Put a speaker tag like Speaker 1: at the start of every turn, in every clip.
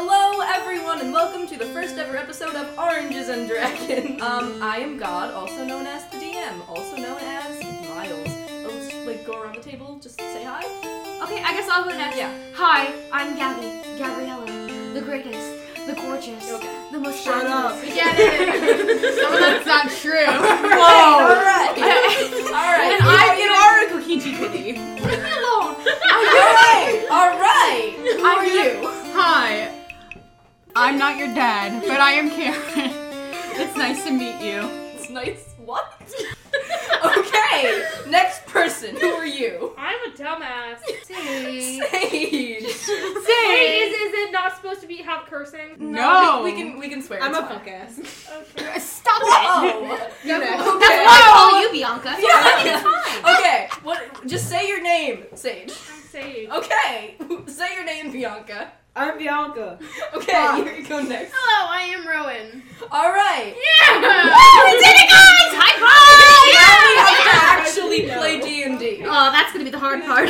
Speaker 1: Hello, everyone, and welcome to the first ever episode of Oranges and Dragons. Um, I am God, also known as the DM, also known as Miles. Oh, just, like go around the table, just say hi.
Speaker 2: Okay, I guess I'll go next.
Speaker 1: Yeah.
Speaker 2: Hi, I'm Gabby, Gabriella, the greatest, the gorgeous,
Speaker 1: Okay.
Speaker 2: the most
Speaker 3: Shut up.
Speaker 2: fabulous. Get it? Some of that's not true.
Speaker 1: Whoa!
Speaker 3: Alright.
Speaker 1: All right.
Speaker 2: And I
Speaker 1: you are a cookie kitty.
Speaker 2: Leave me alone.
Speaker 1: All right. All right. Who
Speaker 2: I'm
Speaker 1: are you?
Speaker 4: Hi. I'm not your dad, but I am Karen. It's nice to meet you.
Speaker 1: It's nice. What? okay. Next person. Who are you?
Speaker 5: I'm a dumbass.
Speaker 2: Sage.
Speaker 1: Sage.
Speaker 5: Wait,
Speaker 4: Say
Speaker 5: is, is it not supposed to be have cursing?
Speaker 4: no.
Speaker 1: We, we can we can swear.
Speaker 3: I'm
Speaker 1: it's
Speaker 3: a
Speaker 1: fine.
Speaker 3: punk ass.
Speaker 5: Okay.
Speaker 4: Stop it.
Speaker 1: Oh.
Speaker 3: You next.
Speaker 1: Okay.
Speaker 2: That's why I call you Bianca.
Speaker 1: Okay. What? Just say your name, Sage.
Speaker 5: I'm Sage.
Speaker 1: Okay. Say your name, Bianca.
Speaker 3: I'm Bianca.
Speaker 1: Okay. You go next.
Speaker 2: Hello, Oh, I am Rowan.
Speaker 1: All right.
Speaker 2: we did it, guys! High
Speaker 1: I
Speaker 2: five!
Speaker 1: actually play D and D.
Speaker 2: Oh, that's gonna be the hard part.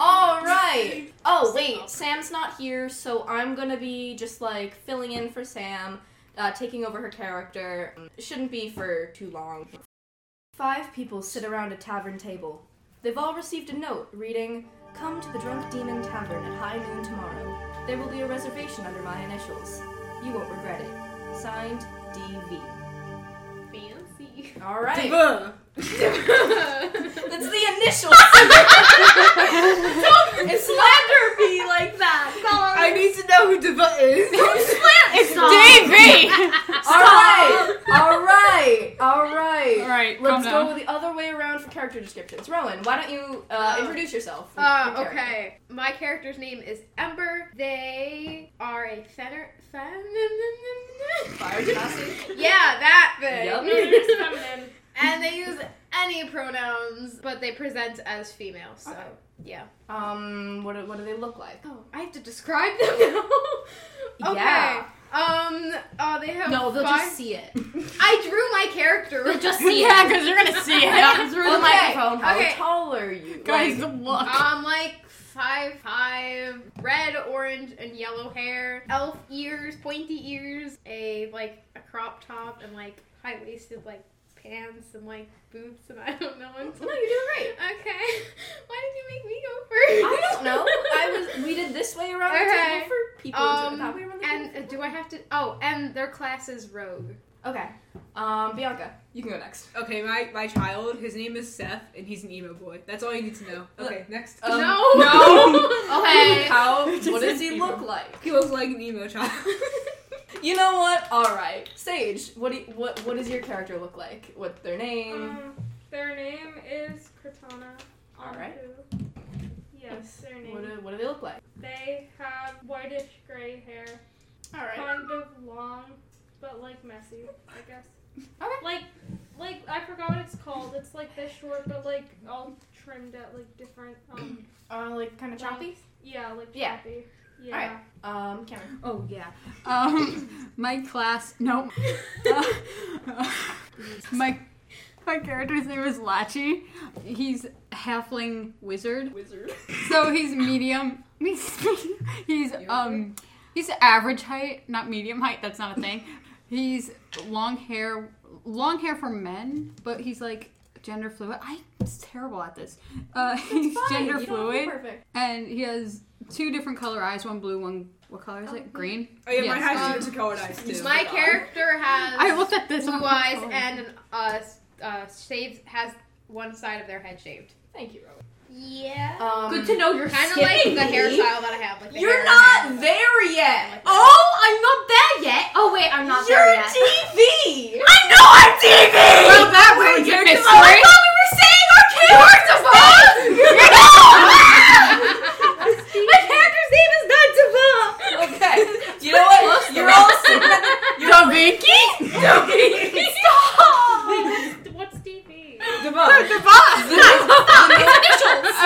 Speaker 1: All right. Oh wait, Sam's not here, so I'm gonna be just like filling in for Sam, uh, taking over her character. Shouldn't be for too long. Five people sit around a tavern table. They've all received a note reading, "Come to the Drunk Demon Tavern at high noon tomorrow. There will be a reservation under my initials. You won't regret it." Signed, D.V.
Speaker 5: Fancy.
Speaker 1: All right.
Speaker 3: Buh.
Speaker 1: That's the initials. Don't slander me like that.
Speaker 3: I need to know who Diva is.
Speaker 2: it's
Speaker 4: Davey.
Speaker 1: All right, all right, all right.
Speaker 4: All right, calm
Speaker 1: Let's
Speaker 4: down.
Speaker 1: go the other way around for character descriptions. Rowan, why don't you uh,
Speaker 6: Oh.
Speaker 1: introduce yourself?
Speaker 6: Uh,
Speaker 1: Your character.
Speaker 6: okay. My character's name is Ember. They are a fenner. Fen-
Speaker 1: Fire Genasi.
Speaker 6: yeah, that thing.
Speaker 1: Yup.
Speaker 5: No, you're just feminine.
Speaker 6: and they use any pronouns, but they present as female, so.
Speaker 1: Okay.
Speaker 6: Yeah.
Speaker 1: Um, what do, what do they look like?
Speaker 6: Oh, I have to describe them now. okay.
Speaker 1: Yeah.
Speaker 6: Um. Oh, they have.
Speaker 2: No, they'll
Speaker 6: five-
Speaker 2: just see it.
Speaker 6: I drew my character.
Speaker 2: They'll just see
Speaker 4: Yeah,
Speaker 2: it.
Speaker 4: because you're gonna see it.
Speaker 2: through
Speaker 1: okay.
Speaker 2: the microphone.
Speaker 1: How
Speaker 6: Okay.
Speaker 1: tall are you?
Speaker 4: Guys,
Speaker 1: Like,
Speaker 4: look.
Speaker 6: Um, like five five, red, orange, and yellow hair, elf ears, pointy ears, a like a crop top, and like high waisted like pants and like boots, and I don't know. I'm
Speaker 1: no, you're doing great.
Speaker 6: okay. Why did you make me go first?
Speaker 1: I don't know. I was. We did this way around the
Speaker 6: Okay.
Speaker 1: table for people.
Speaker 6: Um,
Speaker 1: that way around the table.
Speaker 6: And uh, do I have to? Oh, and their class is rogue.
Speaker 1: okay. Um, Bianca, you can go next.
Speaker 3: Okay, my, my child, his name is Seth, and he's an emo boy. That's all you need to know. Okay, next.
Speaker 1: Um,
Speaker 6: no.
Speaker 3: no.
Speaker 2: Okay.
Speaker 1: How?
Speaker 3: Just
Speaker 1: What does
Speaker 3: an
Speaker 1: he
Speaker 3: emo.
Speaker 1: look like?
Speaker 3: He looks like an emo child.
Speaker 1: You know what? All right, Sage. What do you, what what does your character look like? What's their name?
Speaker 5: Um, their name is Cortana.
Speaker 1: Alright.
Speaker 5: Anpu. Yes, their
Speaker 1: What do,
Speaker 5: name.
Speaker 1: what do they look like?
Speaker 5: They have whitish gray hair,
Speaker 1: All right.
Speaker 5: kind of long, but like messy, I guess.
Speaker 1: Okay.
Speaker 5: Like, like I forgot what it's called. It's like this short, but like all trimmed at like different. Um,
Speaker 1: Uh, like kind of choppy.
Speaker 5: yeah, like
Speaker 1: Yeah.
Speaker 5: choppy. Yeah.
Speaker 1: Alright. Um, Cameron.
Speaker 3: oh, yeah.
Speaker 4: Um, my class. Nope. my my character's name is Lachi. He's halfling wizard.
Speaker 1: Wizard.
Speaker 4: So he's medium. He's, he's um he's average height, not medium height. That's not a thing. He's long hair, long hair for men, but he's like gender fluid. I'm terrible at this. Uh, he's gender fluid,
Speaker 1: Perfect.
Speaker 4: and he has two different color eyes. One blue, one what color is it? Green.
Speaker 3: Oh, yeah, my
Speaker 4: Yes,
Speaker 3: high
Speaker 4: um,
Speaker 3: school is colored eyes, too.
Speaker 6: My character has
Speaker 4: I looked at this. and I'm
Speaker 6: blue
Speaker 4: like,
Speaker 6: eyes
Speaker 4: oh.
Speaker 6: and an, uh, s- uh, shaved has one side of their head shaved.
Speaker 1: Thank you, Rowan.
Speaker 6: Yeah.
Speaker 1: Um,
Speaker 2: Good to know you're
Speaker 6: Kind of like the
Speaker 2: skipping me.
Speaker 6: hairstyle that I have. Like the
Speaker 1: You're
Speaker 6: hair
Speaker 1: not there yet.
Speaker 2: Oh, I'm not there yet. Oh wait, I'm not
Speaker 1: You're
Speaker 2: there yet.
Speaker 1: TV.
Speaker 2: I know I'm TV.
Speaker 4: Well, that ruined your
Speaker 2: Miss
Speaker 4: story.
Speaker 2: Marie? we were saying our characters. No. My character's name is not Devon.
Speaker 1: Okay. You know what? You're all sitting.
Speaker 4: Daviki?
Speaker 2: Stop.
Speaker 5: Wait, what's, what's DV?
Speaker 3: Diva.
Speaker 4: All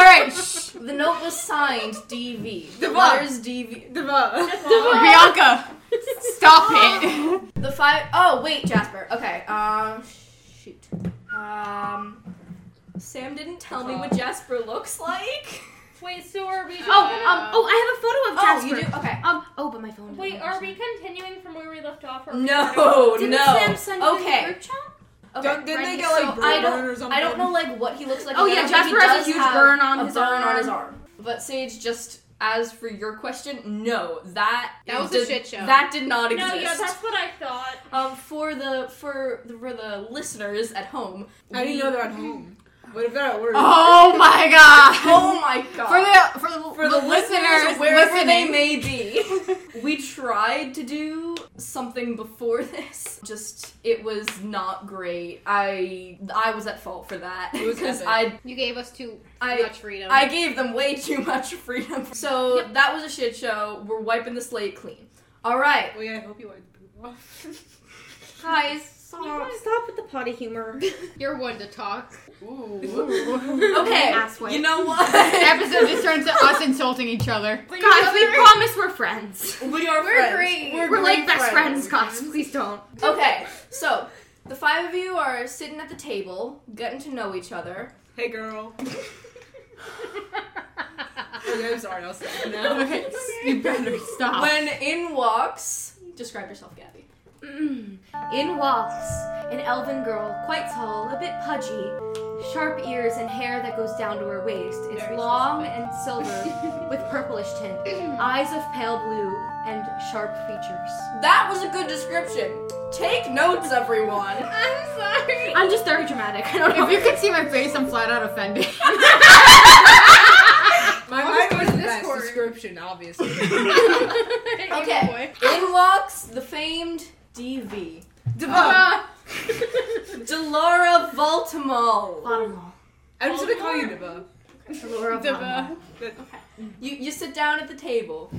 Speaker 4: right. Shh.
Speaker 1: The note was signed DV. The
Speaker 3: Devon.
Speaker 1: letters DV.
Speaker 3: Diva.
Speaker 4: Bianca, stop it.
Speaker 1: The five oh wait, Jasper. Okay. Um, shoot. Um, Sam didn't tell me what Jasper looks like.
Speaker 5: Wait, so are we just
Speaker 2: Oh,
Speaker 5: gonna-
Speaker 2: um, oh, I have a photo
Speaker 1: Oh,
Speaker 2: of Jasper.
Speaker 1: you do? Okay.
Speaker 2: Um, oh, but my phone.
Speaker 5: Wait, are we continuing from where we left off? Or are we
Speaker 1: No,
Speaker 2: Didn't
Speaker 1: no.
Speaker 2: Sam send you
Speaker 1: okay.
Speaker 2: the group chat?
Speaker 1: okay.
Speaker 3: Don't, didn't
Speaker 1: Ready?
Speaker 3: they get like
Speaker 1: So
Speaker 3: burn
Speaker 1: I don't,
Speaker 3: or
Speaker 1: I
Speaker 3: something?
Speaker 1: don't know like what he looks like.
Speaker 2: Oh,
Speaker 1: and I
Speaker 2: yeah,
Speaker 1: don't think he
Speaker 2: Jasper has a
Speaker 1: does
Speaker 2: huge
Speaker 1: have
Speaker 2: burn on
Speaker 1: a
Speaker 2: his
Speaker 1: burn
Speaker 2: arm.
Speaker 1: on his arm. But Sage, just as for your question, no, that
Speaker 6: That was a
Speaker 1: did,
Speaker 6: shit show.
Speaker 1: That did not
Speaker 5: No,
Speaker 1: exist.
Speaker 5: yeah, that's what I thought.
Speaker 1: um, for the for the, for the listeners at home.
Speaker 3: How do you
Speaker 1: we-
Speaker 3: know they're at home? What if they're at work?
Speaker 4: Oh my god!
Speaker 1: Oh my god.
Speaker 4: For the for the,
Speaker 1: for the, listeners, wherever they may be. we tried to do something before this. Just it was not great. I I was at fault for that
Speaker 3: It was
Speaker 1: because
Speaker 3: epic.
Speaker 1: I
Speaker 6: You gave us too
Speaker 1: I
Speaker 6: much freedom.
Speaker 1: I gave them way too much freedom. So that was a shit show. We're wiping the slate clean. All right.
Speaker 3: Well, yeah, I hope you wipe the poop off.
Speaker 1: Guys,
Speaker 2: Stop, stop with the potty humor.
Speaker 6: You're one to talk.
Speaker 3: Ooh.
Speaker 1: Okay.
Speaker 2: Asswipe.
Speaker 1: You know what?
Speaker 4: episode just turns to us insulting each other.
Speaker 2: Guys, we promise we're friends.
Speaker 1: we are
Speaker 6: We're
Speaker 1: friends.
Speaker 6: great.
Speaker 1: We're,
Speaker 2: We're like
Speaker 1: great
Speaker 2: best
Speaker 1: friends.
Speaker 2: friends, guys. Please don't.
Speaker 1: Okay. So, the five of you are sitting at the table, getting to know each other.
Speaker 3: Hey, girl. Okay, I'm sorry. I'll stop now.
Speaker 4: Okay, you better stop.
Speaker 1: When in walks, describe yourself, Gabby.
Speaker 2: Mm. In walks an elven girl, quite tall, a bit pudgy, sharp ears and hair that goes down to her waist. It's
Speaker 3: Very
Speaker 2: long and silver with purplish tint, eyes of pale blue, and sharp features.
Speaker 1: That was a good description. Take notes, everyone.
Speaker 6: I'm sorry.
Speaker 2: I'm just very dramatic. I don't
Speaker 4: if
Speaker 2: know.
Speaker 4: you could see my face, I'm flat out offended.
Speaker 3: My
Speaker 6: I'll just
Speaker 3: mine
Speaker 6: go
Speaker 3: was
Speaker 6: to
Speaker 3: the
Speaker 6: this
Speaker 3: best
Speaker 6: corner.
Speaker 3: description, obviously.
Speaker 1: Okay. In walks the famed DV,
Speaker 6: Oh.
Speaker 3: Devon.
Speaker 1: Delara Voltimol.
Speaker 2: Bottom
Speaker 3: I'm just gonna call you Devon.
Speaker 2: Laura
Speaker 6: Diva.
Speaker 1: You you sit down at the table.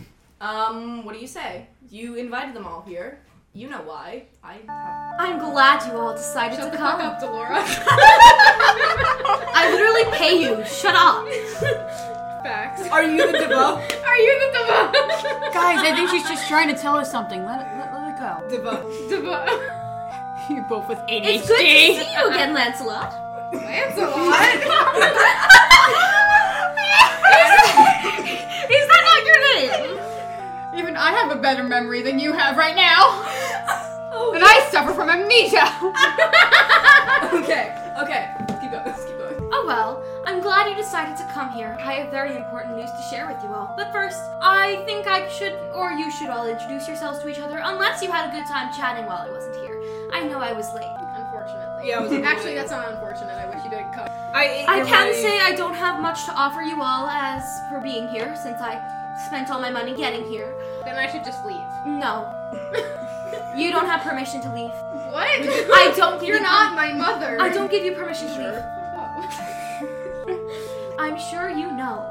Speaker 1: Um, what do you say? You invited them all here. You know why? I have.
Speaker 2: I'm glad you all decided
Speaker 6: Shut
Speaker 2: to
Speaker 6: the
Speaker 2: come.
Speaker 6: fuck up, Delora.
Speaker 2: I literally pay you. Shut up.
Speaker 6: Facts.
Speaker 3: Are you the Devon?
Speaker 6: Are you the
Speaker 4: Guys, I think she's just trying to tell us something. Let it, let, let it go.
Speaker 3: Devon.
Speaker 6: Diva? Diva.
Speaker 4: You both with
Speaker 2: It's good to see
Speaker 4: ADHD.
Speaker 2: you again, Lancelot.
Speaker 6: Lancelot.
Speaker 2: Is that not your name?
Speaker 4: Even I have a better memory than you have right now.
Speaker 1: Oh,
Speaker 4: And I suffer from amnesia.
Speaker 1: okay. Okay. Keep going. Keep going.
Speaker 2: Oh well, I'm glad you decided to come here. I have very important news to share with you all. But first, I think I should, or you should all introduce yourselves to each other, unless you had a good time chatting while I wasn't here. I know I was late.
Speaker 6: Unfortunately.
Speaker 3: Yeah, I was
Speaker 6: Actually, that's not unfortunate. I wish you didn't come.
Speaker 3: I ate
Speaker 2: I
Speaker 3: your
Speaker 2: can
Speaker 3: money.
Speaker 2: say I don't have much to offer you all as for being here, since I spent all my money getting here.
Speaker 6: Then I should just leave.
Speaker 2: No. you don't have permission to leave.
Speaker 6: What?
Speaker 2: I don't give
Speaker 6: You're
Speaker 2: you
Speaker 6: not my mother.
Speaker 2: I don't give you permission to leave.
Speaker 6: Oh.
Speaker 2: I'm sure you know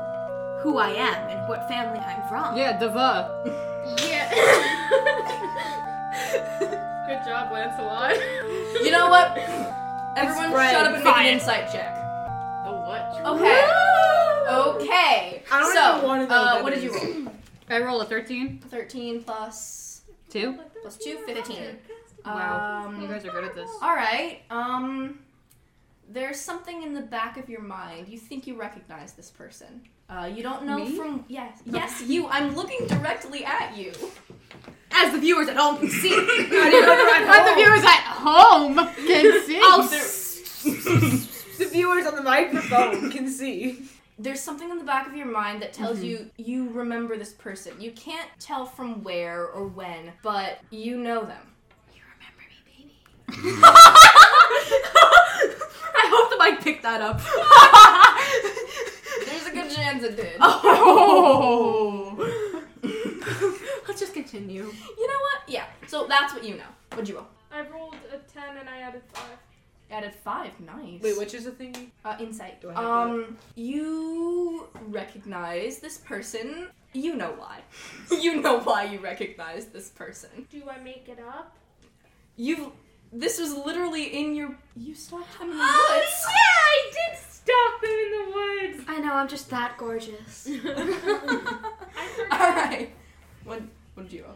Speaker 2: who I am and what family I'm from.
Speaker 4: yeah, Deva.
Speaker 6: yeah. Good job, Lancelot.
Speaker 1: You know what? Everyone,
Speaker 3: Spread
Speaker 1: shut up and make an insight check.
Speaker 6: A what?
Speaker 1: Okay. Okay.
Speaker 3: I don't
Speaker 1: so,
Speaker 3: even wanna know what
Speaker 1: uh,
Speaker 3: that
Speaker 1: what did
Speaker 3: is.
Speaker 1: you roll?
Speaker 4: I roll a 13.
Speaker 1: 13 plus
Speaker 4: Two.
Speaker 1: plus 2 15.
Speaker 4: Wow.
Speaker 1: Um
Speaker 4: You guys are good at this.
Speaker 1: all right. Um there's something in the back of your mind. You think you recognize this person. Uh, you don't know
Speaker 4: Me?
Speaker 1: from yes, yes, you. I'm looking directly at you.
Speaker 2: As the viewers at home can see.
Speaker 3: I didn't know they were at
Speaker 4: But the
Speaker 3: home.
Speaker 4: viewers at home can see.
Speaker 3: The viewers on the microphone can see.
Speaker 1: There's something in the back of your mind that tells you you remember this person. You can't tell from where or when, but you know them.
Speaker 2: I hope the mic picked that up.
Speaker 1: There's a good chance it did.
Speaker 4: Oh.
Speaker 2: Let's just continue.
Speaker 1: You know what? Yeah. So that's what you know. What'd you roll?
Speaker 5: I rolled a ten and I added five.
Speaker 1: Added five. Nice.
Speaker 3: Wait, which is the thing?
Speaker 1: Uh, insight.
Speaker 3: Do I have
Speaker 1: Um, you recognize this person. You know why. you know why you recognize this person.
Speaker 5: Do I make it up?
Speaker 1: You. This was literally in your. You stopped them in the
Speaker 2: Oh,
Speaker 1: woods.
Speaker 5: I did stop them in the woods.
Speaker 2: I know, I'm just that gorgeous.
Speaker 5: I forgot.
Speaker 1: All right. What? What did you roll?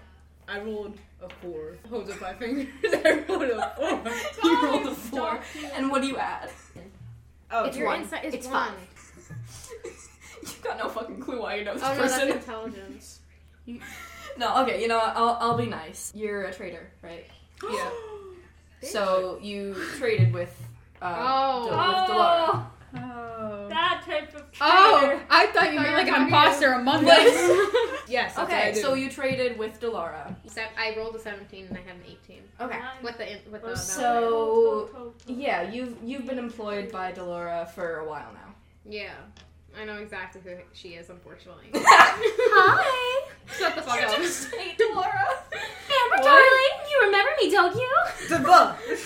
Speaker 3: I rolled a four. Holds up my fingers. I rolled a four.
Speaker 1: You rolled a four. And what do you add?
Speaker 3: Oh,
Speaker 6: Your insight is
Speaker 2: It's
Speaker 6: one.
Speaker 2: five.
Speaker 1: Got no fucking clue why you know this
Speaker 6: Oh no, that's
Speaker 1: person.
Speaker 6: intelligence.
Speaker 1: No, okay, you know what? I'll, I'll be nice. You're a traitor, right?
Speaker 3: yeah.
Speaker 1: So you traded with, uh,
Speaker 6: Oh.
Speaker 1: Del- with Delora.
Speaker 3: Oh.
Speaker 5: that type of
Speaker 4: Oh,
Speaker 5: traitor.
Speaker 4: I thought
Speaker 6: Thought
Speaker 4: you meant
Speaker 6: you
Speaker 4: like
Speaker 6: were
Speaker 4: an
Speaker 6: talking
Speaker 4: imposter among us.
Speaker 3: Yes. that's what I
Speaker 1: Okay,
Speaker 3: did.
Speaker 1: so you traded with Delora.
Speaker 6: Se- I rolled a 17 and I had an 18.
Speaker 1: Okay.
Speaker 5: Nine.
Speaker 6: With the in- with
Speaker 5: Or
Speaker 6: the
Speaker 1: so-
Speaker 5: Toe, toe, toe, toe.
Speaker 1: Yeah, you've you've been employed by Delora for a while now.
Speaker 6: yeah, I know exactly who she is. Unfortunately,
Speaker 2: Hi.
Speaker 6: shut the fuck up.
Speaker 1: hate Delora.
Speaker 2: Amber, darling, you remember me, don't you?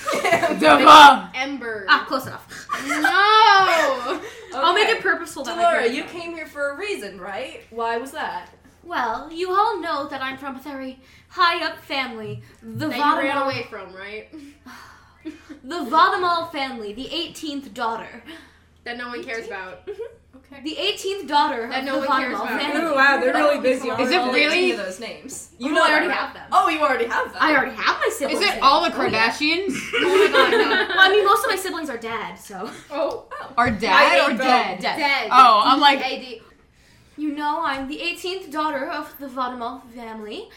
Speaker 4: Deva.
Speaker 6: Ember.
Speaker 2: Ah, close enough.
Speaker 5: Oh.
Speaker 6: no.
Speaker 2: I'll make
Speaker 1: Okay.
Speaker 2: it purposeful. that my
Speaker 1: Delora,
Speaker 2: character-
Speaker 1: you came here for a reason, right? Why was that?
Speaker 2: Well, you all know that I'm from a very high up family. The
Speaker 6: that you ran
Speaker 2: Voldemort-
Speaker 6: away from, right?
Speaker 2: The Vodamal family, the 18th daughter.
Speaker 6: That no one cares about.
Speaker 2: The 18th daughter
Speaker 6: That
Speaker 2: of
Speaker 6: no
Speaker 2: the
Speaker 6: one cares
Speaker 2: Vodamal
Speaker 6: about.
Speaker 2: family.
Speaker 3: Oh wow, they're really busy.
Speaker 4: Is
Speaker 3: aren't
Speaker 4: it
Speaker 1: All
Speaker 3: they?
Speaker 4: really?
Speaker 1: 18 of those names. You
Speaker 2: Oh,
Speaker 1: know
Speaker 2: I
Speaker 1: that,
Speaker 2: already
Speaker 1: right?
Speaker 2: have them.
Speaker 1: Oh, you already have them.
Speaker 2: I already have my siblings.
Speaker 4: Is it
Speaker 2: names.
Speaker 4: all the
Speaker 2: Oh, yeah.
Speaker 4: Kardashians?
Speaker 6: Oh my god, no.
Speaker 2: well, I mean, most of my siblings are dead, so.
Speaker 6: Oh,
Speaker 4: Are
Speaker 3: I
Speaker 4: dead or
Speaker 3: hate
Speaker 4: dead?
Speaker 6: dead.
Speaker 4: Oh, I'm like,
Speaker 6: AD.
Speaker 2: You know, I'm the 18th daughter of the Vodamal family,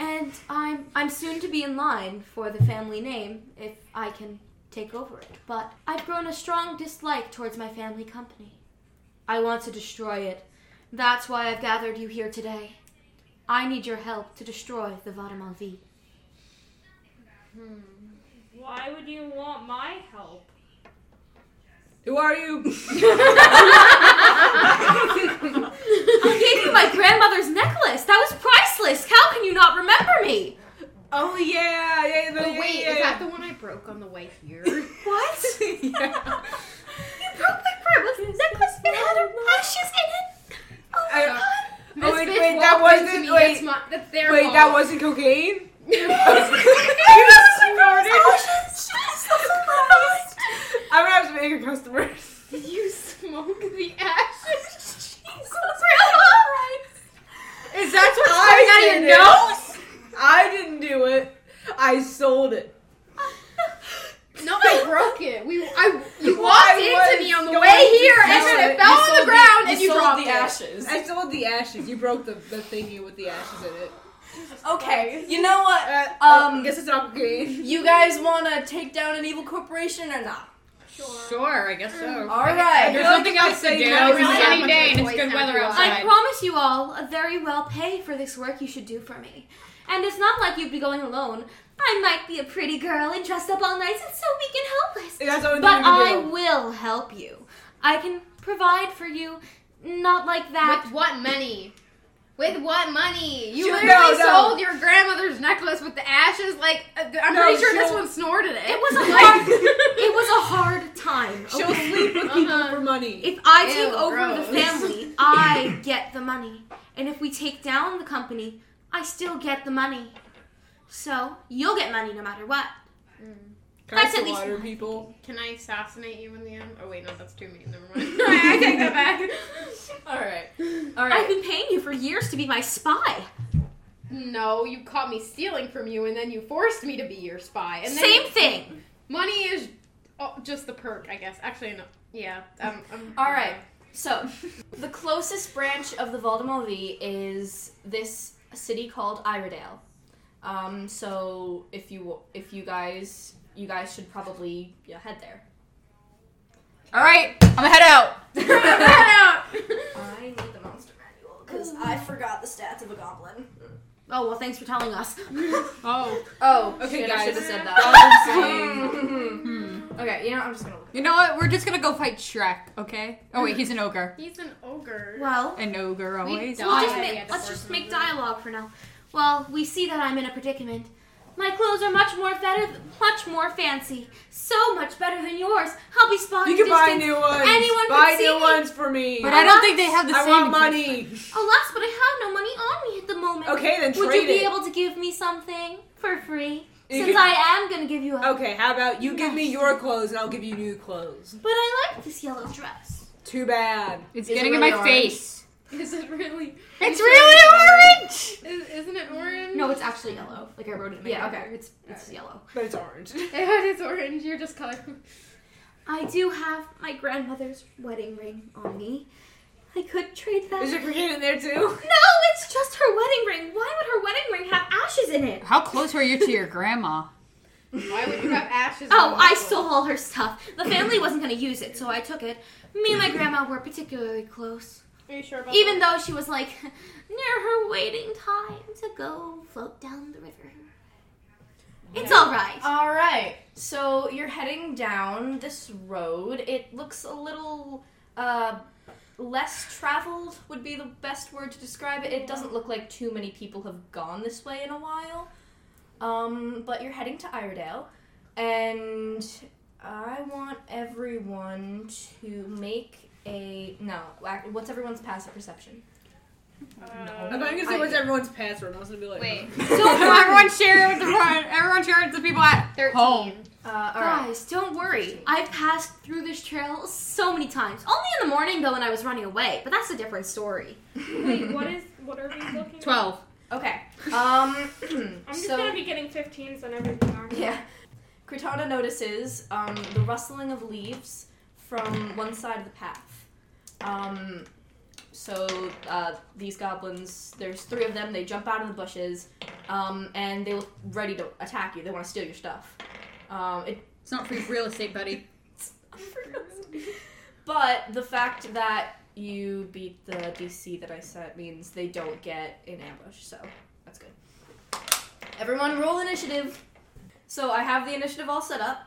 Speaker 2: and I'm I'm soon to be in line for the family name if I can take over it. But I've grown a strong dislike towards my family company. I want to destroy it. That's why I've gathered you here today. I need your help to destroy the Vodamal V.
Speaker 5: Why would you want my help?
Speaker 3: Who are you?
Speaker 2: I gave you my grandmother's necklace. That was priceless. How can you not remember me?
Speaker 3: oh yeah, yeah.
Speaker 6: But
Speaker 3: yeah,
Speaker 6: wait,
Speaker 3: Oh, yeah,
Speaker 6: is that the one I broke on the way here?
Speaker 2: What?
Speaker 3: yeah.
Speaker 2: You broke my grandmother's necklace. It had her ashes in it. Oh my
Speaker 3: I-
Speaker 2: god.
Speaker 3: Oh, wait,
Speaker 6: This bitch
Speaker 3: wait, that
Speaker 6: walked into
Speaker 3: wasn't-
Speaker 6: me,
Speaker 3: wait.
Speaker 6: that's my- that's their
Speaker 3: Wait, that
Speaker 6: fault. Oh,
Speaker 3: wasn't cocaine. I'm gonna have some angry customers.
Speaker 6: You smoke the ashes.
Speaker 3: Is that what's I coming out of your nose? I didn't do it. I sold it.
Speaker 6: No, I broke it. We, I, you
Speaker 3: Well,
Speaker 6: walked
Speaker 3: I
Speaker 6: into
Speaker 3: was
Speaker 6: me on the
Speaker 3: going
Speaker 6: way
Speaker 3: to
Speaker 6: here, and
Speaker 3: sell
Speaker 6: then
Speaker 3: it.
Speaker 6: it fell
Speaker 3: You
Speaker 6: on the
Speaker 3: sold
Speaker 6: ground,
Speaker 1: You
Speaker 6: and you
Speaker 1: sold
Speaker 6: dropped
Speaker 1: the
Speaker 6: it.
Speaker 1: ashes.
Speaker 3: I sold the ashes. You broke the, the thingy with the ashes in it.
Speaker 1: Okay, you know what?
Speaker 3: Uh,
Speaker 1: Um,
Speaker 3: I guess it's not cocaine.
Speaker 1: You guys want to take down an evil corporation or not?
Speaker 3: Sure, I guess so.
Speaker 1: All right.
Speaker 3: There's something else to do. It's
Speaker 6: a sunny day and it's good weather
Speaker 2: I promise you all a very well pay for this work you should do for me. And it's not like you'd be going alone. I might be a pretty girl and dressed up all nice and so weak and helpless.
Speaker 3: That's the only
Speaker 2: But
Speaker 3: thing we can
Speaker 2: I
Speaker 3: do.
Speaker 2: will help you. I can provide for you, not like that.
Speaker 6: With what money? With what money? You
Speaker 3: Sure,
Speaker 6: literally
Speaker 3: no, no.
Speaker 6: sold your grandmother's necklace with the ashes. Like uh, I'm
Speaker 3: No,
Speaker 6: pretty sure this
Speaker 3: she'll-
Speaker 6: one snorted it.
Speaker 2: It was a hard. it was a hard time. okay?
Speaker 3: She'll sleep with people for money.
Speaker 2: If I
Speaker 6: Ew,
Speaker 2: take over
Speaker 6: gross.
Speaker 2: the family, I get the money. And if we take down the company, I still get the money. So you'll get money no matter what.
Speaker 3: Curse
Speaker 2: that's at
Speaker 3: the
Speaker 2: least
Speaker 3: water
Speaker 2: one.
Speaker 3: people.
Speaker 6: Can I assassinate you in the end? Oh wait, no, that's too mean. Never mind. I, I take that back.
Speaker 1: All right. All
Speaker 2: I've
Speaker 1: right.
Speaker 2: been paying you for years to be my spy.
Speaker 6: No, you caught me stealing from you, and then you forced me to be your spy. And then
Speaker 2: Same thing.
Speaker 6: Money is oh, just the perk, I guess. Actually, no. Yeah. Um, um,
Speaker 1: All right. So, the closest branch of the Voldemort V is this city called Iredale. Um, so if you if you guys you guys should probably yeah, head there.
Speaker 4: all right, I'm gonna head out.
Speaker 1: I need the monster manual because I forgot the stats of a goblin.
Speaker 2: Oh well, thanks for telling us.
Speaker 4: Oh,
Speaker 1: Oh,
Speaker 3: Okay,
Speaker 1: shit,
Speaker 3: guys.
Speaker 1: I should have said
Speaker 3: I'm
Speaker 1: that. okay, you know what? I'm just gonna look.
Speaker 4: you know what? We're just gonna go fight Shrek, okay? Oh wait, he's an ogre.
Speaker 6: He's an ogre.
Speaker 2: Well,
Speaker 4: An ogre
Speaker 6: We
Speaker 4: always.
Speaker 6: don't-
Speaker 2: we'll just
Speaker 6: I
Speaker 2: make,
Speaker 6: had the
Speaker 2: let's
Speaker 6: first
Speaker 2: just make
Speaker 6: one.
Speaker 2: dialogue for now. Well, we see that I'm in a predicament. My clothes are much more better, much more fancy. So much better than yours. I'll be spotted.
Speaker 3: You can buy
Speaker 2: distance.
Speaker 3: new ones.
Speaker 2: Anyone
Speaker 3: buy
Speaker 2: can see
Speaker 3: new
Speaker 2: me.
Speaker 3: ones for me.
Speaker 4: But I don't think they have the
Speaker 3: I
Speaker 4: same.
Speaker 3: want
Speaker 4: exact-
Speaker 3: money.
Speaker 2: Alas, but I have no money on me at the moment.
Speaker 3: Okay, then
Speaker 2: Would
Speaker 3: trade
Speaker 2: you be
Speaker 3: it.
Speaker 2: able to give me something for free?
Speaker 3: You
Speaker 2: Since
Speaker 3: can-
Speaker 2: I am gonna give you a.
Speaker 3: Okay, how about you give me your clothes and I'll give you new clothes.
Speaker 2: But I like this yellow dress.
Speaker 3: Too bad.
Speaker 4: It's
Speaker 1: Is it
Speaker 4: getting in
Speaker 1: really
Speaker 4: my
Speaker 1: orange?
Speaker 4: face.
Speaker 6: Is it really?
Speaker 4: It's really orange.
Speaker 6: Is, isn't it orange?
Speaker 2: No, it's actually yellow. Like I wrote it. in my
Speaker 1: Yeah,
Speaker 2: paper. It's it's yellow.
Speaker 3: But it's orange.
Speaker 6: it's orange. You're just color.
Speaker 2: I do have my grandmother's wedding ring on me. I could trade that.
Speaker 3: Is your cricket in there too?
Speaker 2: No, it's just her wedding ring. Why would her wedding ring have ashes in it?
Speaker 4: How close were you to your grandma?
Speaker 6: Why would you have ashes? on
Speaker 2: Oh,
Speaker 6: your
Speaker 2: I
Speaker 6: pillow?
Speaker 2: stole all her stuff. The family wasn't going to use it, so I took it. Me and my grandma were particularly close.
Speaker 6: Are you sure about
Speaker 2: Even though she was like near her waiting time to go float down the river. It's alright.
Speaker 6: Uh,
Speaker 1: All right. So you're heading down this road. It looks a little uh, less traveled. Would be the best word to describe it. It doesn't look like too many people have gone this way in a while. Um, but you're heading to Iredale, and I want everyone to make a no. ac- What's everyone's passive perception?
Speaker 6: Uh,
Speaker 3: I'm going to say what's everyone's password. I was going to be like,
Speaker 6: Wait,
Speaker 4: everyone share it with the everyone share it with the people at
Speaker 6: 13.
Speaker 4: home.
Speaker 1: Uh, all right.
Speaker 2: Guys, don't worry. I've passed through this trail so many times. Only in the morning though when I was running away, but that's a different story.
Speaker 5: Wait, what is? What are we looking? at?
Speaker 4: Twelve.
Speaker 1: Okay. Um.
Speaker 5: I'm just
Speaker 1: so,
Speaker 5: gonna be getting 15s on everything. aren't I?
Speaker 1: Yeah. Critana notices um, the rustling of leaves from one side of the path. Um, so uh, these goblins, there's three of them, they jump out of the bushes um, and they look ready to attack you. They want to steal your stuff. Um, it,
Speaker 4: It's not free real estate, buddy.
Speaker 1: but the fact that you beat the DC that I set means they don't get an ambush, so that's good. Everyone roll initiative. So I have the initiative all set up.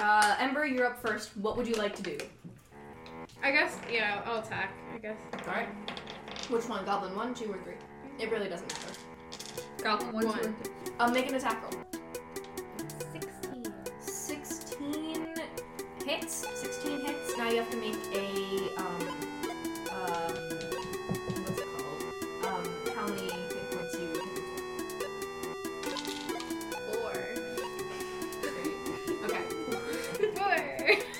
Speaker 1: Uh, Ember, you're up first. What would you like to do?
Speaker 6: I guess yeah, I'll attack. I guess.
Speaker 1: Alright. Which one? Goblin one, two, or three? It really doesn't matter.
Speaker 4: Goblin one's
Speaker 6: One.
Speaker 4: worth it.
Speaker 1: Um, make an attack roll.
Speaker 6: 16.
Speaker 1: 16 hits. 16 hits. Now you have to make a, um, um, what's it called? Um, how many hit points you
Speaker 6: Four.
Speaker 1: Okay.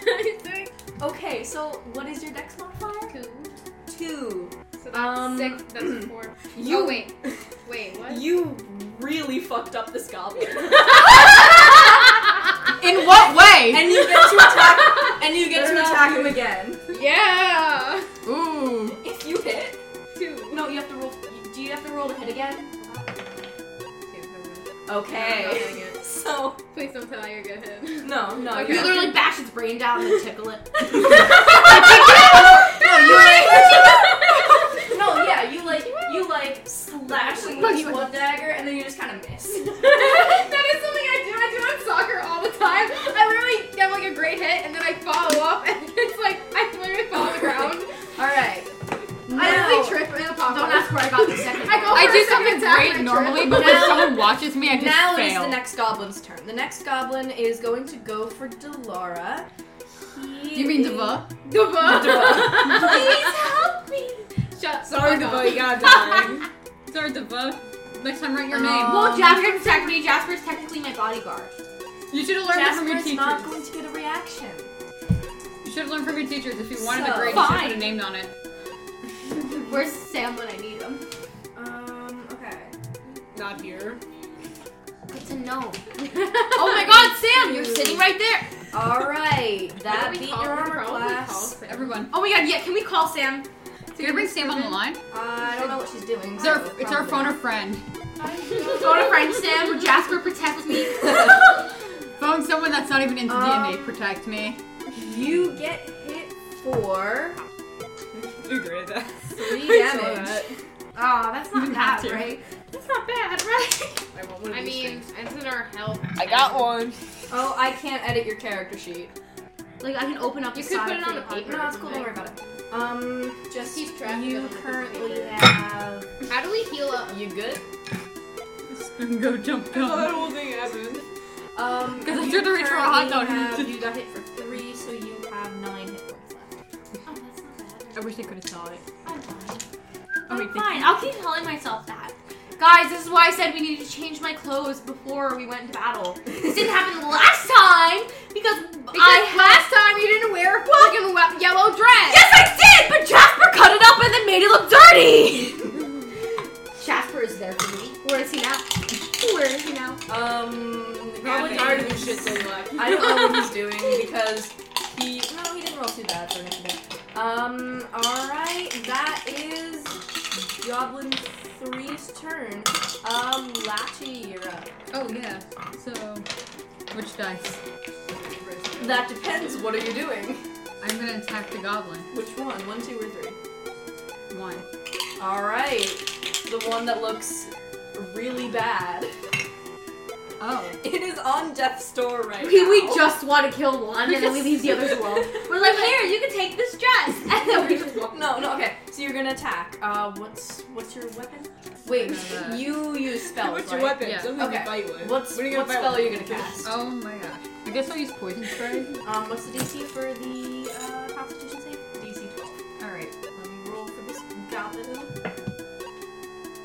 Speaker 6: Four.
Speaker 1: Okay, so what is your dex modifier?
Speaker 6: Two.
Speaker 1: Two.
Speaker 6: So that's
Speaker 1: Um,
Speaker 6: six. That's four.
Speaker 1: You
Speaker 6: Oh, wait. Wait. What?
Speaker 1: You really fucked up this goblin.
Speaker 4: In what way?
Speaker 1: and you get to attack and you get to attack him again.
Speaker 6: yeah.
Speaker 4: Ooh.
Speaker 1: If you hit.
Speaker 6: Two.
Speaker 1: No, you have to roll do you have to roll to hit again?
Speaker 6: Two.
Speaker 1: Okay. So
Speaker 6: Please don't tell you're gonna hit.
Speaker 1: no, no,
Speaker 6: Okay.
Speaker 1: you
Speaker 2: You literally bash its brain down and tickle it.
Speaker 1: no, you like No, yeah, you like you like slash him with your one dagger and then you just kinda miss.
Speaker 6: that is something I do. I do on soccer all the time. I literally get like a great hit and then I follow up and it's like I literally fall on the ground.
Speaker 1: Alright.
Speaker 6: I
Speaker 1: Now,
Speaker 6: literally trip and I pop
Speaker 2: Don't
Speaker 6: up.
Speaker 2: ask worry about the second.
Speaker 6: I go.
Speaker 4: I
Speaker 6: for a
Speaker 4: do
Speaker 6: second
Speaker 4: something
Speaker 6: attack
Speaker 4: great
Speaker 6: and I trip.
Speaker 4: normally, but when someone watches me, I just
Speaker 1: now it is
Speaker 4: fail.
Speaker 1: the next goblin's turn. The next goblin is going to go for Delora. He
Speaker 4: Do you mean
Speaker 1: is-
Speaker 4: Deva?
Speaker 1: Delora.
Speaker 2: help me.
Speaker 6: Shut.
Speaker 3: sorry,
Speaker 6: the fuck
Speaker 3: Devo,
Speaker 6: up.
Speaker 3: you gotta die.
Speaker 4: Sorry, Deva. Next time, write your
Speaker 1: Um,
Speaker 4: name.
Speaker 2: Well, Jasper protect me. Jasper's technically my bodyguard.
Speaker 4: You should have learned that from your
Speaker 1: Jasper's
Speaker 4: teachers.
Speaker 1: not going to get a reaction.
Speaker 4: You should have learned from your teachers. If you wanted
Speaker 1: So-
Speaker 4: the grade, you should
Speaker 2: Fine.
Speaker 4: have put a name on it.
Speaker 2: Where's Sam when I need him?
Speaker 1: Um, okay.
Speaker 3: Not here.
Speaker 2: Good to know. oh my God, Sam, you're sitting right there.
Speaker 1: Alright, that
Speaker 6: We
Speaker 1: beat
Speaker 6: call-
Speaker 1: your
Speaker 6: we
Speaker 1: armor
Speaker 6: probably
Speaker 1: class.
Speaker 6: call it-
Speaker 4: Everyone.
Speaker 2: Oh my God, yeah. Can we call Sam?
Speaker 4: Do you bring Sam on the line?
Speaker 1: I don't know what she's doing.
Speaker 4: It's our,
Speaker 1: so
Speaker 4: it's our phone
Speaker 1: probably-
Speaker 4: or friend.
Speaker 2: Phone a friend, Sam, or Jasper protect me.
Speaker 4: Phone someone that's not even into
Speaker 1: Um,
Speaker 4: D&D. Protect me.
Speaker 1: You get hit for
Speaker 3: You're great at that.
Speaker 1: three
Speaker 3: I saw
Speaker 1: damage.
Speaker 3: that.
Speaker 2: Aw, that's not bad, right?
Speaker 6: That's not bad, right?
Speaker 3: I want one of
Speaker 6: I
Speaker 3: these
Speaker 6: mean,
Speaker 3: things.
Speaker 6: isn't our help?
Speaker 3: one.
Speaker 1: Oh, I can't edit your character sheet.
Speaker 2: Like I can open up.
Speaker 6: You
Speaker 2: the
Speaker 6: could
Speaker 2: side
Speaker 6: put it
Speaker 2: for
Speaker 6: on
Speaker 2: the
Speaker 6: the
Speaker 2: pod-
Speaker 6: paper.
Speaker 1: No, it's cool. Don't worry about it. Um, just
Speaker 6: Keep track of
Speaker 1: you
Speaker 6: it on the
Speaker 1: currently
Speaker 6: computer.
Speaker 1: have.
Speaker 6: How do we heal up?
Speaker 1: You good?
Speaker 4: Go jump
Speaker 3: I saw that
Speaker 4: down.
Speaker 3: whole thing happen.
Speaker 1: Um,
Speaker 4: 'Cause I
Speaker 1: you
Speaker 4: tried to reach for a hot dog.
Speaker 1: currently Have, you got hit for three, so you have nine hit points left.
Speaker 2: Oh, that's not bad.
Speaker 4: I wish they could have saw it.
Speaker 2: I'm fine.
Speaker 4: Oh,
Speaker 2: I'm
Speaker 4: wait, they-
Speaker 2: fine. I'll keep telling myself that. Guys, this is why I said we needed to change my clothes before we went to battle. This didn't happen last time because, I
Speaker 6: Because
Speaker 2: had.
Speaker 6: last time you didn't wear a fucking we- yellow dress.
Speaker 2: Yes, I did, but Jasper cut it up and then made it look dirty. Jasper is there for me. Where is he now? Where is he now?
Speaker 1: Um,
Speaker 3: I'm
Speaker 1: probably
Speaker 3: tired of this shit so much.
Speaker 1: I don't know what he's doing because he no, he didn't roll too bad for initiative. Um, alright, that is Goblin 3's turn. Um, Lachi, you're up.
Speaker 4: Oh yeah. So, which dice?
Speaker 1: That depends, what are you doing?
Speaker 4: I'm gonna attack the goblin.
Speaker 1: Which one? One, two, or three?
Speaker 4: One.
Speaker 1: Alright, the one that looks really bad.
Speaker 4: Oh.
Speaker 1: It is on death's door right
Speaker 2: We,
Speaker 1: now.
Speaker 2: we just want to kill one and then we leave the others alone. We're like, here, you can take this dress. And then we just walk.
Speaker 1: No, no, okay. So you're gonna attack. Uh, what's what's your weapon? Wait,
Speaker 4: Uh,
Speaker 1: you use spells,
Speaker 3: What's
Speaker 1: right?
Speaker 3: your weapon?
Speaker 4: Yeah.
Speaker 3: Something
Speaker 1: Okay.
Speaker 3: to fight with.
Speaker 1: What's,
Speaker 3: What are you
Speaker 1: what
Speaker 3: gonna fight
Speaker 1: spell are
Speaker 3: with?
Speaker 1: you gonna cast?
Speaker 3: Uh,
Speaker 4: Oh my gosh. I guess I'll use poison spray.
Speaker 1: Um, what's the DC for the uh, Constitution save? DC 12.
Speaker 4: All right.
Speaker 1: Let me roll for this goblin.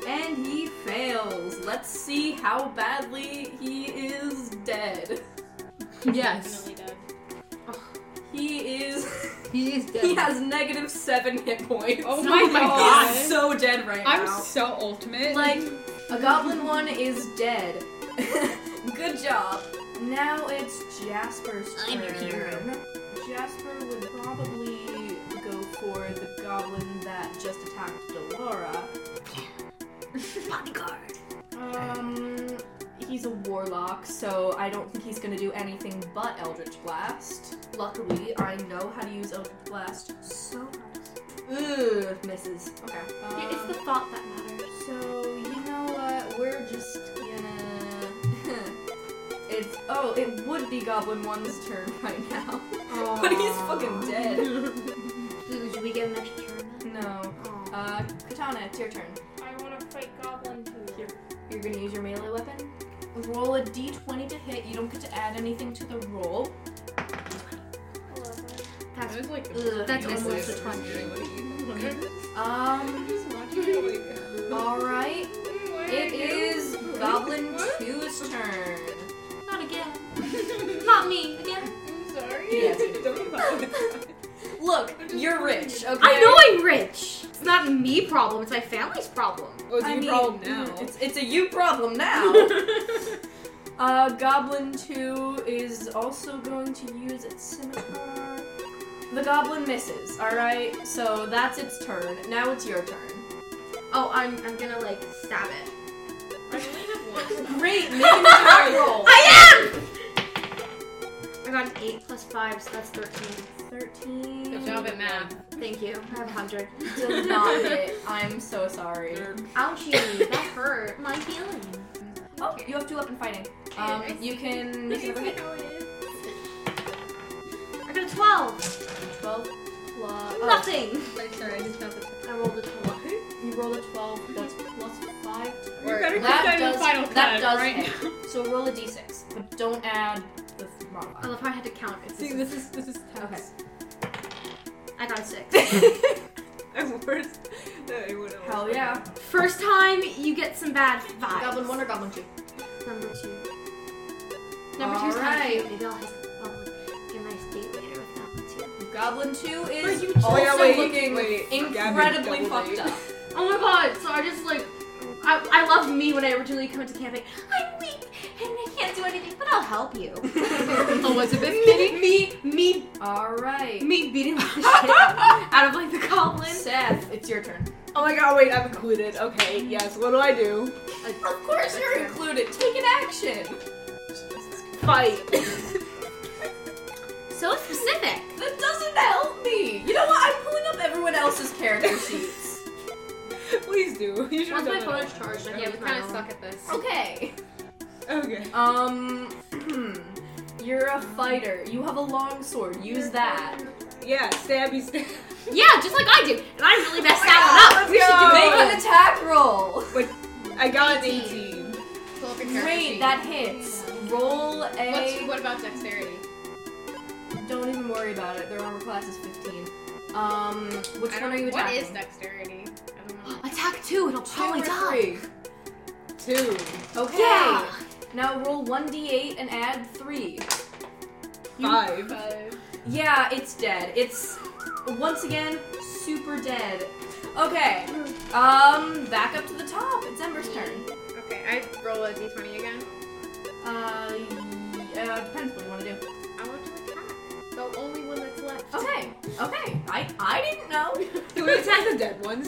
Speaker 1: And he fails. Let's see how badly he is dead.
Speaker 4: Yes.
Speaker 1: He is.
Speaker 4: He is dead.
Speaker 1: He has negative seven hit points.
Speaker 4: Oh
Speaker 1: He's
Speaker 4: my god.
Speaker 1: so dead right
Speaker 4: I'm
Speaker 1: now.
Speaker 4: so ultimate.
Speaker 1: Like, a goblin one is dead. Good job. Now it's Jasper's turn.
Speaker 6: I'm your hero.
Speaker 1: Jasper would probably go for the goblin that just attacked Delora. Um, he's a warlock, so I don't think he's gonna do anything but Eldritch Blast. Luckily, I know how to use Eldritch Blast so much. Ugh, misses. Okay. Um,
Speaker 2: Yeah, It's the thought that matters.
Speaker 1: So you know what? We're just gonna. it's oh, it would be Goblin One's turn right now, but he's fucking dead.
Speaker 2: Ooh, should we give him an extra turn?
Speaker 1: no. Uh, Katana, it's your turn.
Speaker 5: I want to fight Goblin too.
Speaker 1: You're gonna use your melee weapon. Roll a d20 to hit. You don't get to add anything to the roll.
Speaker 2: That's
Speaker 3: was like
Speaker 1: Ugh,
Speaker 2: That's
Speaker 1: you're
Speaker 2: almost
Speaker 1: safe.
Speaker 2: a twenty.
Speaker 1: Um. All right. It is Goblin Two's turn.
Speaker 2: not again. not me again.
Speaker 6: I'm sorry.
Speaker 1: Yes. Look, you're rich. Okay.
Speaker 2: I know I'm rich. It's not me problem. It's my family's problem.
Speaker 3: Oh, it's
Speaker 1: I
Speaker 3: your
Speaker 1: mean, mm,
Speaker 3: problem now.
Speaker 1: It's, it's a you problem now. uh, Goblin 2 is also going to use its scimitar. The goblin misses, alright? So that's its turn. Now it's your turn.
Speaker 2: Oh, I'm I'm gonna like stab it.
Speaker 1: Great, make another roll.
Speaker 2: I am. I got an eight plus five, so that's thirteen.
Speaker 1: 13.
Speaker 6: Good job at math.
Speaker 2: Thank you. I have a hundred.
Speaker 1: Does not hit. I'm so sorry.
Speaker 2: Ouchie, that hurt. My feeling.
Speaker 1: Oh, you have two up in fighting. Um, you can make another hit.
Speaker 2: I got a twelve.
Speaker 1: 12 plus. Oh,
Speaker 2: Nothing.
Speaker 4: sorry, I just found the.
Speaker 2: I rolled a twelve.
Speaker 1: you rolled a 12. That's plus 5
Speaker 6: You
Speaker 1: That
Speaker 6: better put that, in
Speaker 1: does-
Speaker 6: the final
Speaker 1: that
Speaker 6: cut
Speaker 1: does
Speaker 6: right
Speaker 1: hit. So roll a d6, but don't add the th-
Speaker 2: I
Speaker 1: modifier.
Speaker 2: love how I had to count. It's
Speaker 3: See, this is this is
Speaker 1: Okay.
Speaker 2: I got a six.
Speaker 3: I'm worse than anyone else.
Speaker 1: Hell yeah.
Speaker 2: First time you get some bad vibes.
Speaker 1: Goblin 1 or Goblin 2?
Speaker 2: Number two. Number two's kind of
Speaker 1: Alright.
Speaker 2: cute. Maybe I'll have I'll, like, get my date later with that one too.
Speaker 1: Goblin 2 is
Speaker 3: Wait, you-
Speaker 1: also
Speaker 3: Oh, yeah, wait,
Speaker 1: looking
Speaker 3: wait.
Speaker 1: incredibly
Speaker 3: Gabby, double
Speaker 1: fucked up.
Speaker 2: Oh my god! So I just like, I, I love me when I originally come into camping. I'm weak and I can't do anything, but I'll help you.
Speaker 4: Elizabeth
Speaker 2: me,
Speaker 4: Kitty?
Speaker 2: me, me,
Speaker 1: Alright.
Speaker 2: me beating like, the shit out of like the goblin.
Speaker 1: Seth, it's your turn.
Speaker 3: Oh my god, wait, I'm included. Okay, yes, what do I do?
Speaker 1: Of course you're included. Take an action.
Speaker 3: Fight.
Speaker 2: So specific.
Speaker 1: That doesn't help me. You know what? I'm pulling up everyone else's character sheets.
Speaker 3: Please do. You should
Speaker 2: Once
Speaker 3: have
Speaker 2: my
Speaker 3: done
Speaker 2: phone
Speaker 3: that
Speaker 2: is charged, I
Speaker 6: Yeah,
Speaker 2: can use my
Speaker 6: we kind of
Speaker 2: own.
Speaker 6: suck at this.
Speaker 1: Okay.
Speaker 3: Okay.
Speaker 1: Um, you're a fighter. You have a long sword. Use that.
Speaker 3: Yeah, stabby stab.
Speaker 2: Yeah, just like I do, and I really messed that one up.
Speaker 3: We should
Speaker 1: Make an attack roll.
Speaker 3: I got an
Speaker 6: 18.
Speaker 3: 18.
Speaker 6: Pull up your character
Speaker 1: Great,
Speaker 6: sheet.
Speaker 1: that hits. Roll a.
Speaker 6: What's, what about dexterity?
Speaker 1: Don't even worry about it. Their armor class is 15. Um, which one
Speaker 6: I don't-
Speaker 1: are you
Speaker 6: What
Speaker 1: attacking?
Speaker 6: is dexterity? I don't know.
Speaker 2: Attack two, it'll probably
Speaker 1: Two or
Speaker 2: die.
Speaker 1: three.
Speaker 3: Two.
Speaker 1: Okay.
Speaker 2: Yeah.
Speaker 1: Now roll 1d8 and add 3.
Speaker 3: Five.
Speaker 1: Yeah, it's dead. It's once again super dead. Okay. Um, back up to the top. It's Ember's turn.
Speaker 6: Okay, I roll a d20 again.
Speaker 1: Uh, y- uh depends what you want to do. Oh.
Speaker 6: I want to attack the only one that's left.
Speaker 1: Okay. Okay. I I
Speaker 4: guns. Is that what,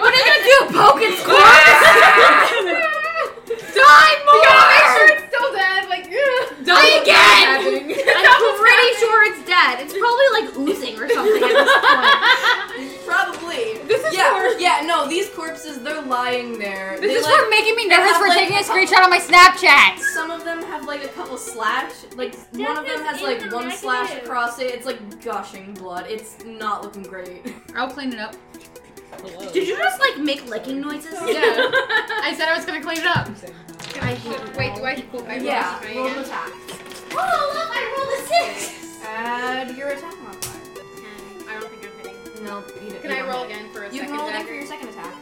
Speaker 4: what are you gonna do? Poke and squirt? Die more!
Speaker 6: It's still dead. Like, ugh.
Speaker 4: Die again!
Speaker 2: I'm pretty sure it's dead. It's probably like oozing or something at this point.
Speaker 1: Probably. This is yeah, yeah. No, these corpses, they're lying there.
Speaker 4: This
Speaker 1: They,
Speaker 4: is
Speaker 1: like-
Speaker 4: for making me nervous
Speaker 1: have,
Speaker 4: for
Speaker 1: like,
Speaker 4: taking a
Speaker 1: a couple-
Speaker 4: screenshot on my Snapchat.
Speaker 1: Some of them have like a couple slash, like one of
Speaker 5: is
Speaker 1: them has like one
Speaker 5: interactive.
Speaker 1: slash across it. It's like gushing blood. It's not looking great.
Speaker 4: I'll clean it up.
Speaker 2: Did you just like make licking noises?
Speaker 4: Yeah. I said I was gonna clean it up.
Speaker 2: I hate you.
Speaker 6: Wait, do I? I roll
Speaker 1: yeah, roll
Speaker 6: this thing
Speaker 1: an
Speaker 6: again?
Speaker 1: attack.
Speaker 2: Oh, look, I rolled a six.
Speaker 1: Add your attack modifier.
Speaker 6: I don't think I'm hitting.
Speaker 1: No, you don't.
Speaker 6: Can
Speaker 1: you
Speaker 6: I
Speaker 1: don't
Speaker 6: roll
Speaker 1: hit.
Speaker 6: again for a
Speaker 1: You
Speaker 6: second
Speaker 1: can roll again
Speaker 6: dagger?
Speaker 1: for your second attack.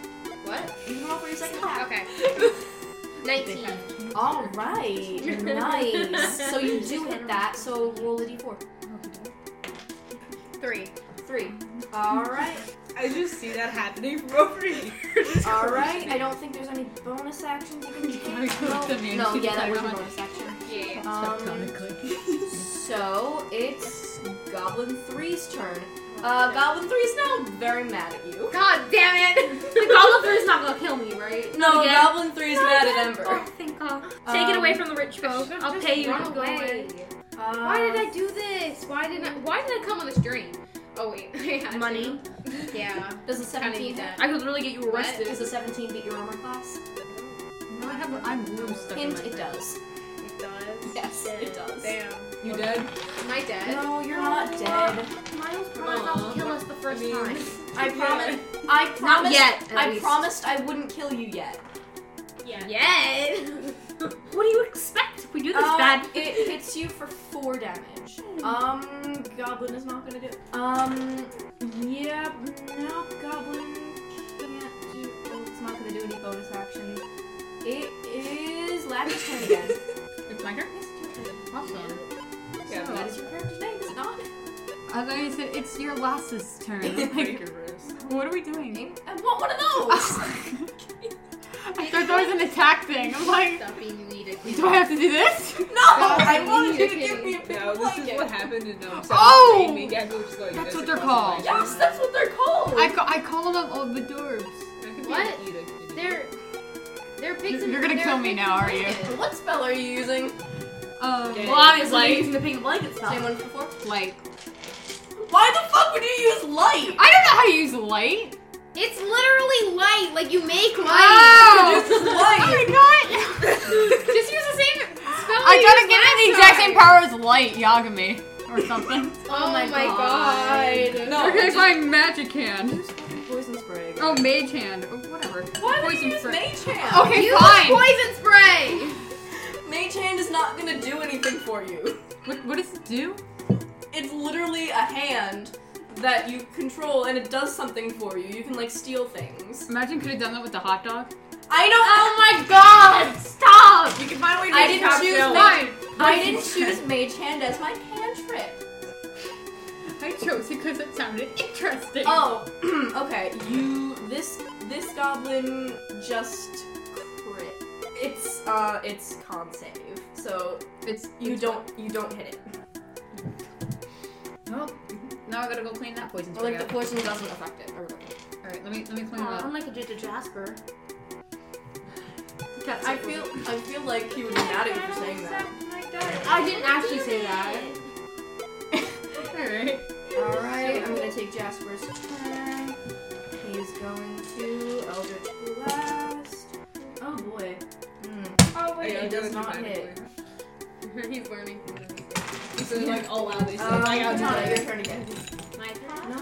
Speaker 6: What?
Speaker 1: You can roll for your second attack.
Speaker 6: Okay. 19.
Speaker 1: All right, nice. So you do hit that. So roll a d4.
Speaker 6: 3.
Speaker 1: Three. All right.
Speaker 3: I just see that happening from over here. Just
Speaker 1: All right. I don't think there's any bonus actions you can take. No, no yeah, that was a bonus action.
Speaker 6: Yeah.
Speaker 1: Um, so it's Goblin Three's turn. Uh, Goblin Three's now very mad at you.
Speaker 6: God damn it!
Speaker 2: The goblin bird's not gonna kill me, right?
Speaker 1: No,
Speaker 2: Again?
Speaker 1: Goblin Three's mad at Ember.
Speaker 2: Oh, thank God. Take it
Speaker 1: Um,
Speaker 2: away from the rich folk. I'll pay you
Speaker 6: run
Speaker 2: to go
Speaker 6: away.
Speaker 2: away.
Speaker 6: Why did
Speaker 1: Uh,
Speaker 6: I do this? Why did I? Why did I come on this dream? Oh wait, I had to.
Speaker 1: Money.
Speaker 6: Yeah.
Speaker 1: Does a
Speaker 6: Kinda
Speaker 1: 17
Speaker 6: need that.
Speaker 2: I could really get you arrested.
Speaker 1: does a 17 beat your armor class?
Speaker 4: No, I have. I'm blue stuck in
Speaker 1: Hint,
Speaker 4: my
Speaker 1: it does.
Speaker 6: It does.
Speaker 1: Yes, it does.
Speaker 6: Damn.
Speaker 4: You dead?
Speaker 6: Am I dead?
Speaker 1: No, you're not dead.
Speaker 2: Miles promised not to kill us the first time.
Speaker 1: I promise. I promised.
Speaker 2: Not yet. at
Speaker 1: I
Speaker 2: least.
Speaker 1: promised I wouldn't kill you yet.
Speaker 5: Yeah.
Speaker 2: Yet. what do you expect? if We do this
Speaker 1: Um,
Speaker 2: bad.
Speaker 1: It hits you for four damage. Um, goblin is not gonna do. it. Um, yeah, no, goblin can't do. Oh, it's not gonna do any bonus actions. It is Lappy's turn again.
Speaker 4: It's my turn.
Speaker 1: Yes, it's your turn. So
Speaker 4: Awesome.
Speaker 3: Oh.
Speaker 1: that is your character's name, is it not?
Speaker 4: I thought you said it's your lass's turn. I'm like, what are we doing?
Speaker 1: I want one of those.
Speaker 4: I thought that was an attack thing. I'm like,
Speaker 6: Stop being needed.
Speaker 4: do I have to do this?
Speaker 1: no, Oh,
Speaker 3: Oh,
Speaker 1: I wanted you to
Speaker 6: you're
Speaker 1: give me a pick.
Speaker 3: No, this is
Speaker 1: blanket.
Speaker 3: what happened in um,
Speaker 4: Oh!
Speaker 3: Seventh Grade. Me, Gecko just going,
Speaker 4: That's
Speaker 3: "This
Speaker 4: what
Speaker 3: is
Speaker 4: they're
Speaker 3: awesome."
Speaker 4: called.
Speaker 1: Yes, that's what they're called.
Speaker 4: I, ca- I call them all the dwarves.
Speaker 3: That could be an
Speaker 6: What?
Speaker 3: edict.
Speaker 6: They're they're pigs.
Speaker 4: You're-
Speaker 6: in-
Speaker 4: you're gonna
Speaker 6: they're
Speaker 4: kill me
Speaker 6: pigs
Speaker 4: now,
Speaker 6: in
Speaker 4: are you?
Speaker 6: blankets.
Speaker 1: what spell are you using?
Speaker 4: Um,
Speaker 3: Yeah.
Speaker 4: well, obviously,
Speaker 2: using the pink blanket stuff. Oh
Speaker 1: Same one from before.
Speaker 4: light.
Speaker 1: Why the fuck would you use light?
Speaker 4: I don't know how to use light.
Speaker 6: It's literally light. Like you make
Speaker 4: Oh!
Speaker 6: light.
Speaker 4: Ah! Wow!
Speaker 1: This is light.
Speaker 4: I got.
Speaker 6: Just use the same spell.
Speaker 4: I
Speaker 6: you
Speaker 4: gotta
Speaker 6: used
Speaker 4: give
Speaker 6: last
Speaker 4: it the exact same
Speaker 6: time.
Speaker 4: power as light, Yagami, or something.
Speaker 6: Oh, my
Speaker 1: God.
Speaker 6: god.
Speaker 1: No.
Speaker 4: okay, fine, magic hand.
Speaker 1: Poison spray.
Speaker 4: Oh, mage hand. Oh, whatever.
Speaker 1: Why would
Speaker 4: Poison
Speaker 1: you use
Speaker 4: spray.
Speaker 1: mage hand?
Speaker 4: Okay,
Speaker 6: Use
Speaker 4: fine.
Speaker 6: poison spray.
Speaker 1: Mage hand is not gonna do anything for you.
Speaker 4: What, what does it do?
Speaker 1: It's literally a hand that you control and it does something for you. You can like steal things.
Speaker 4: Imagine could have done that with the hot dog.
Speaker 1: I don't.
Speaker 2: Oh my God! Stop.
Speaker 3: You can find a way to
Speaker 1: I Ah,
Speaker 3: make
Speaker 1: didn't
Speaker 3: cocktail.
Speaker 1: choose
Speaker 4: Fine.
Speaker 1: I didn't choose mage hand as my cantrip.
Speaker 4: I chose it because it sounded interesting.
Speaker 1: Oh, okay. You this this goblin just crit. It's uh it's con save. So
Speaker 4: it's
Speaker 1: you
Speaker 4: it's-
Speaker 1: don't you don't hit it.
Speaker 4: Oh, now I gotta go clean that poison spray.
Speaker 1: Like the poison doesn't affect it. Or whatever.
Speaker 4: All right, let me let me clean it
Speaker 2: Aw,
Speaker 4: up.
Speaker 2: I'm like a J.J. Jasper.
Speaker 1: I feel I feel like he would be mad at you for saying that.
Speaker 2: I didn't actually say that.
Speaker 4: All right.
Speaker 1: Alright, I'm gonna take Jasper's turn. He's going to Eldritch Blast. Oh boy. Mm.
Speaker 5: Oh
Speaker 3: I
Speaker 5: wait.
Speaker 3: gotta
Speaker 1: It
Speaker 3: do
Speaker 1: does
Speaker 3: it
Speaker 1: not
Speaker 3: dramatically.
Speaker 6: He's learning. from this.
Speaker 3: So like, oh wow, they said,
Speaker 1: Um,
Speaker 3: I gotta do
Speaker 1: Katana,
Speaker 3: it.
Speaker 1: your turn again.
Speaker 6: My turn.
Speaker 1: No,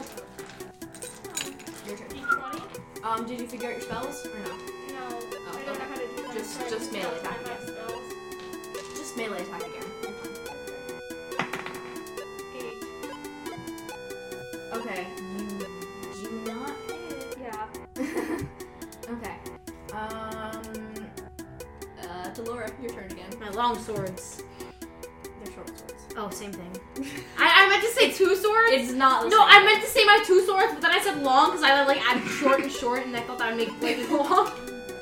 Speaker 1: your turn.
Speaker 5: D20?
Speaker 1: Um, did you figure out your spells or no?
Speaker 5: No. I don't know how to do that.
Speaker 1: Just-
Speaker 5: so I
Speaker 1: just melee
Speaker 5: don't
Speaker 1: attack.
Speaker 5: know my spells.
Speaker 1: Just melee attack again.
Speaker 5: Eight.
Speaker 1: Okay. You do not hit.
Speaker 5: Yeah.
Speaker 1: okay. Um. Uh, Delora, your turn again.
Speaker 2: My long swords.
Speaker 1: They're short swords.
Speaker 2: Oh, same thing. I, I meant to say two swords.
Speaker 1: It's not.
Speaker 2: No, I meant to say my two swords, but then I said long because I like added short and short, and I thought that would make like long.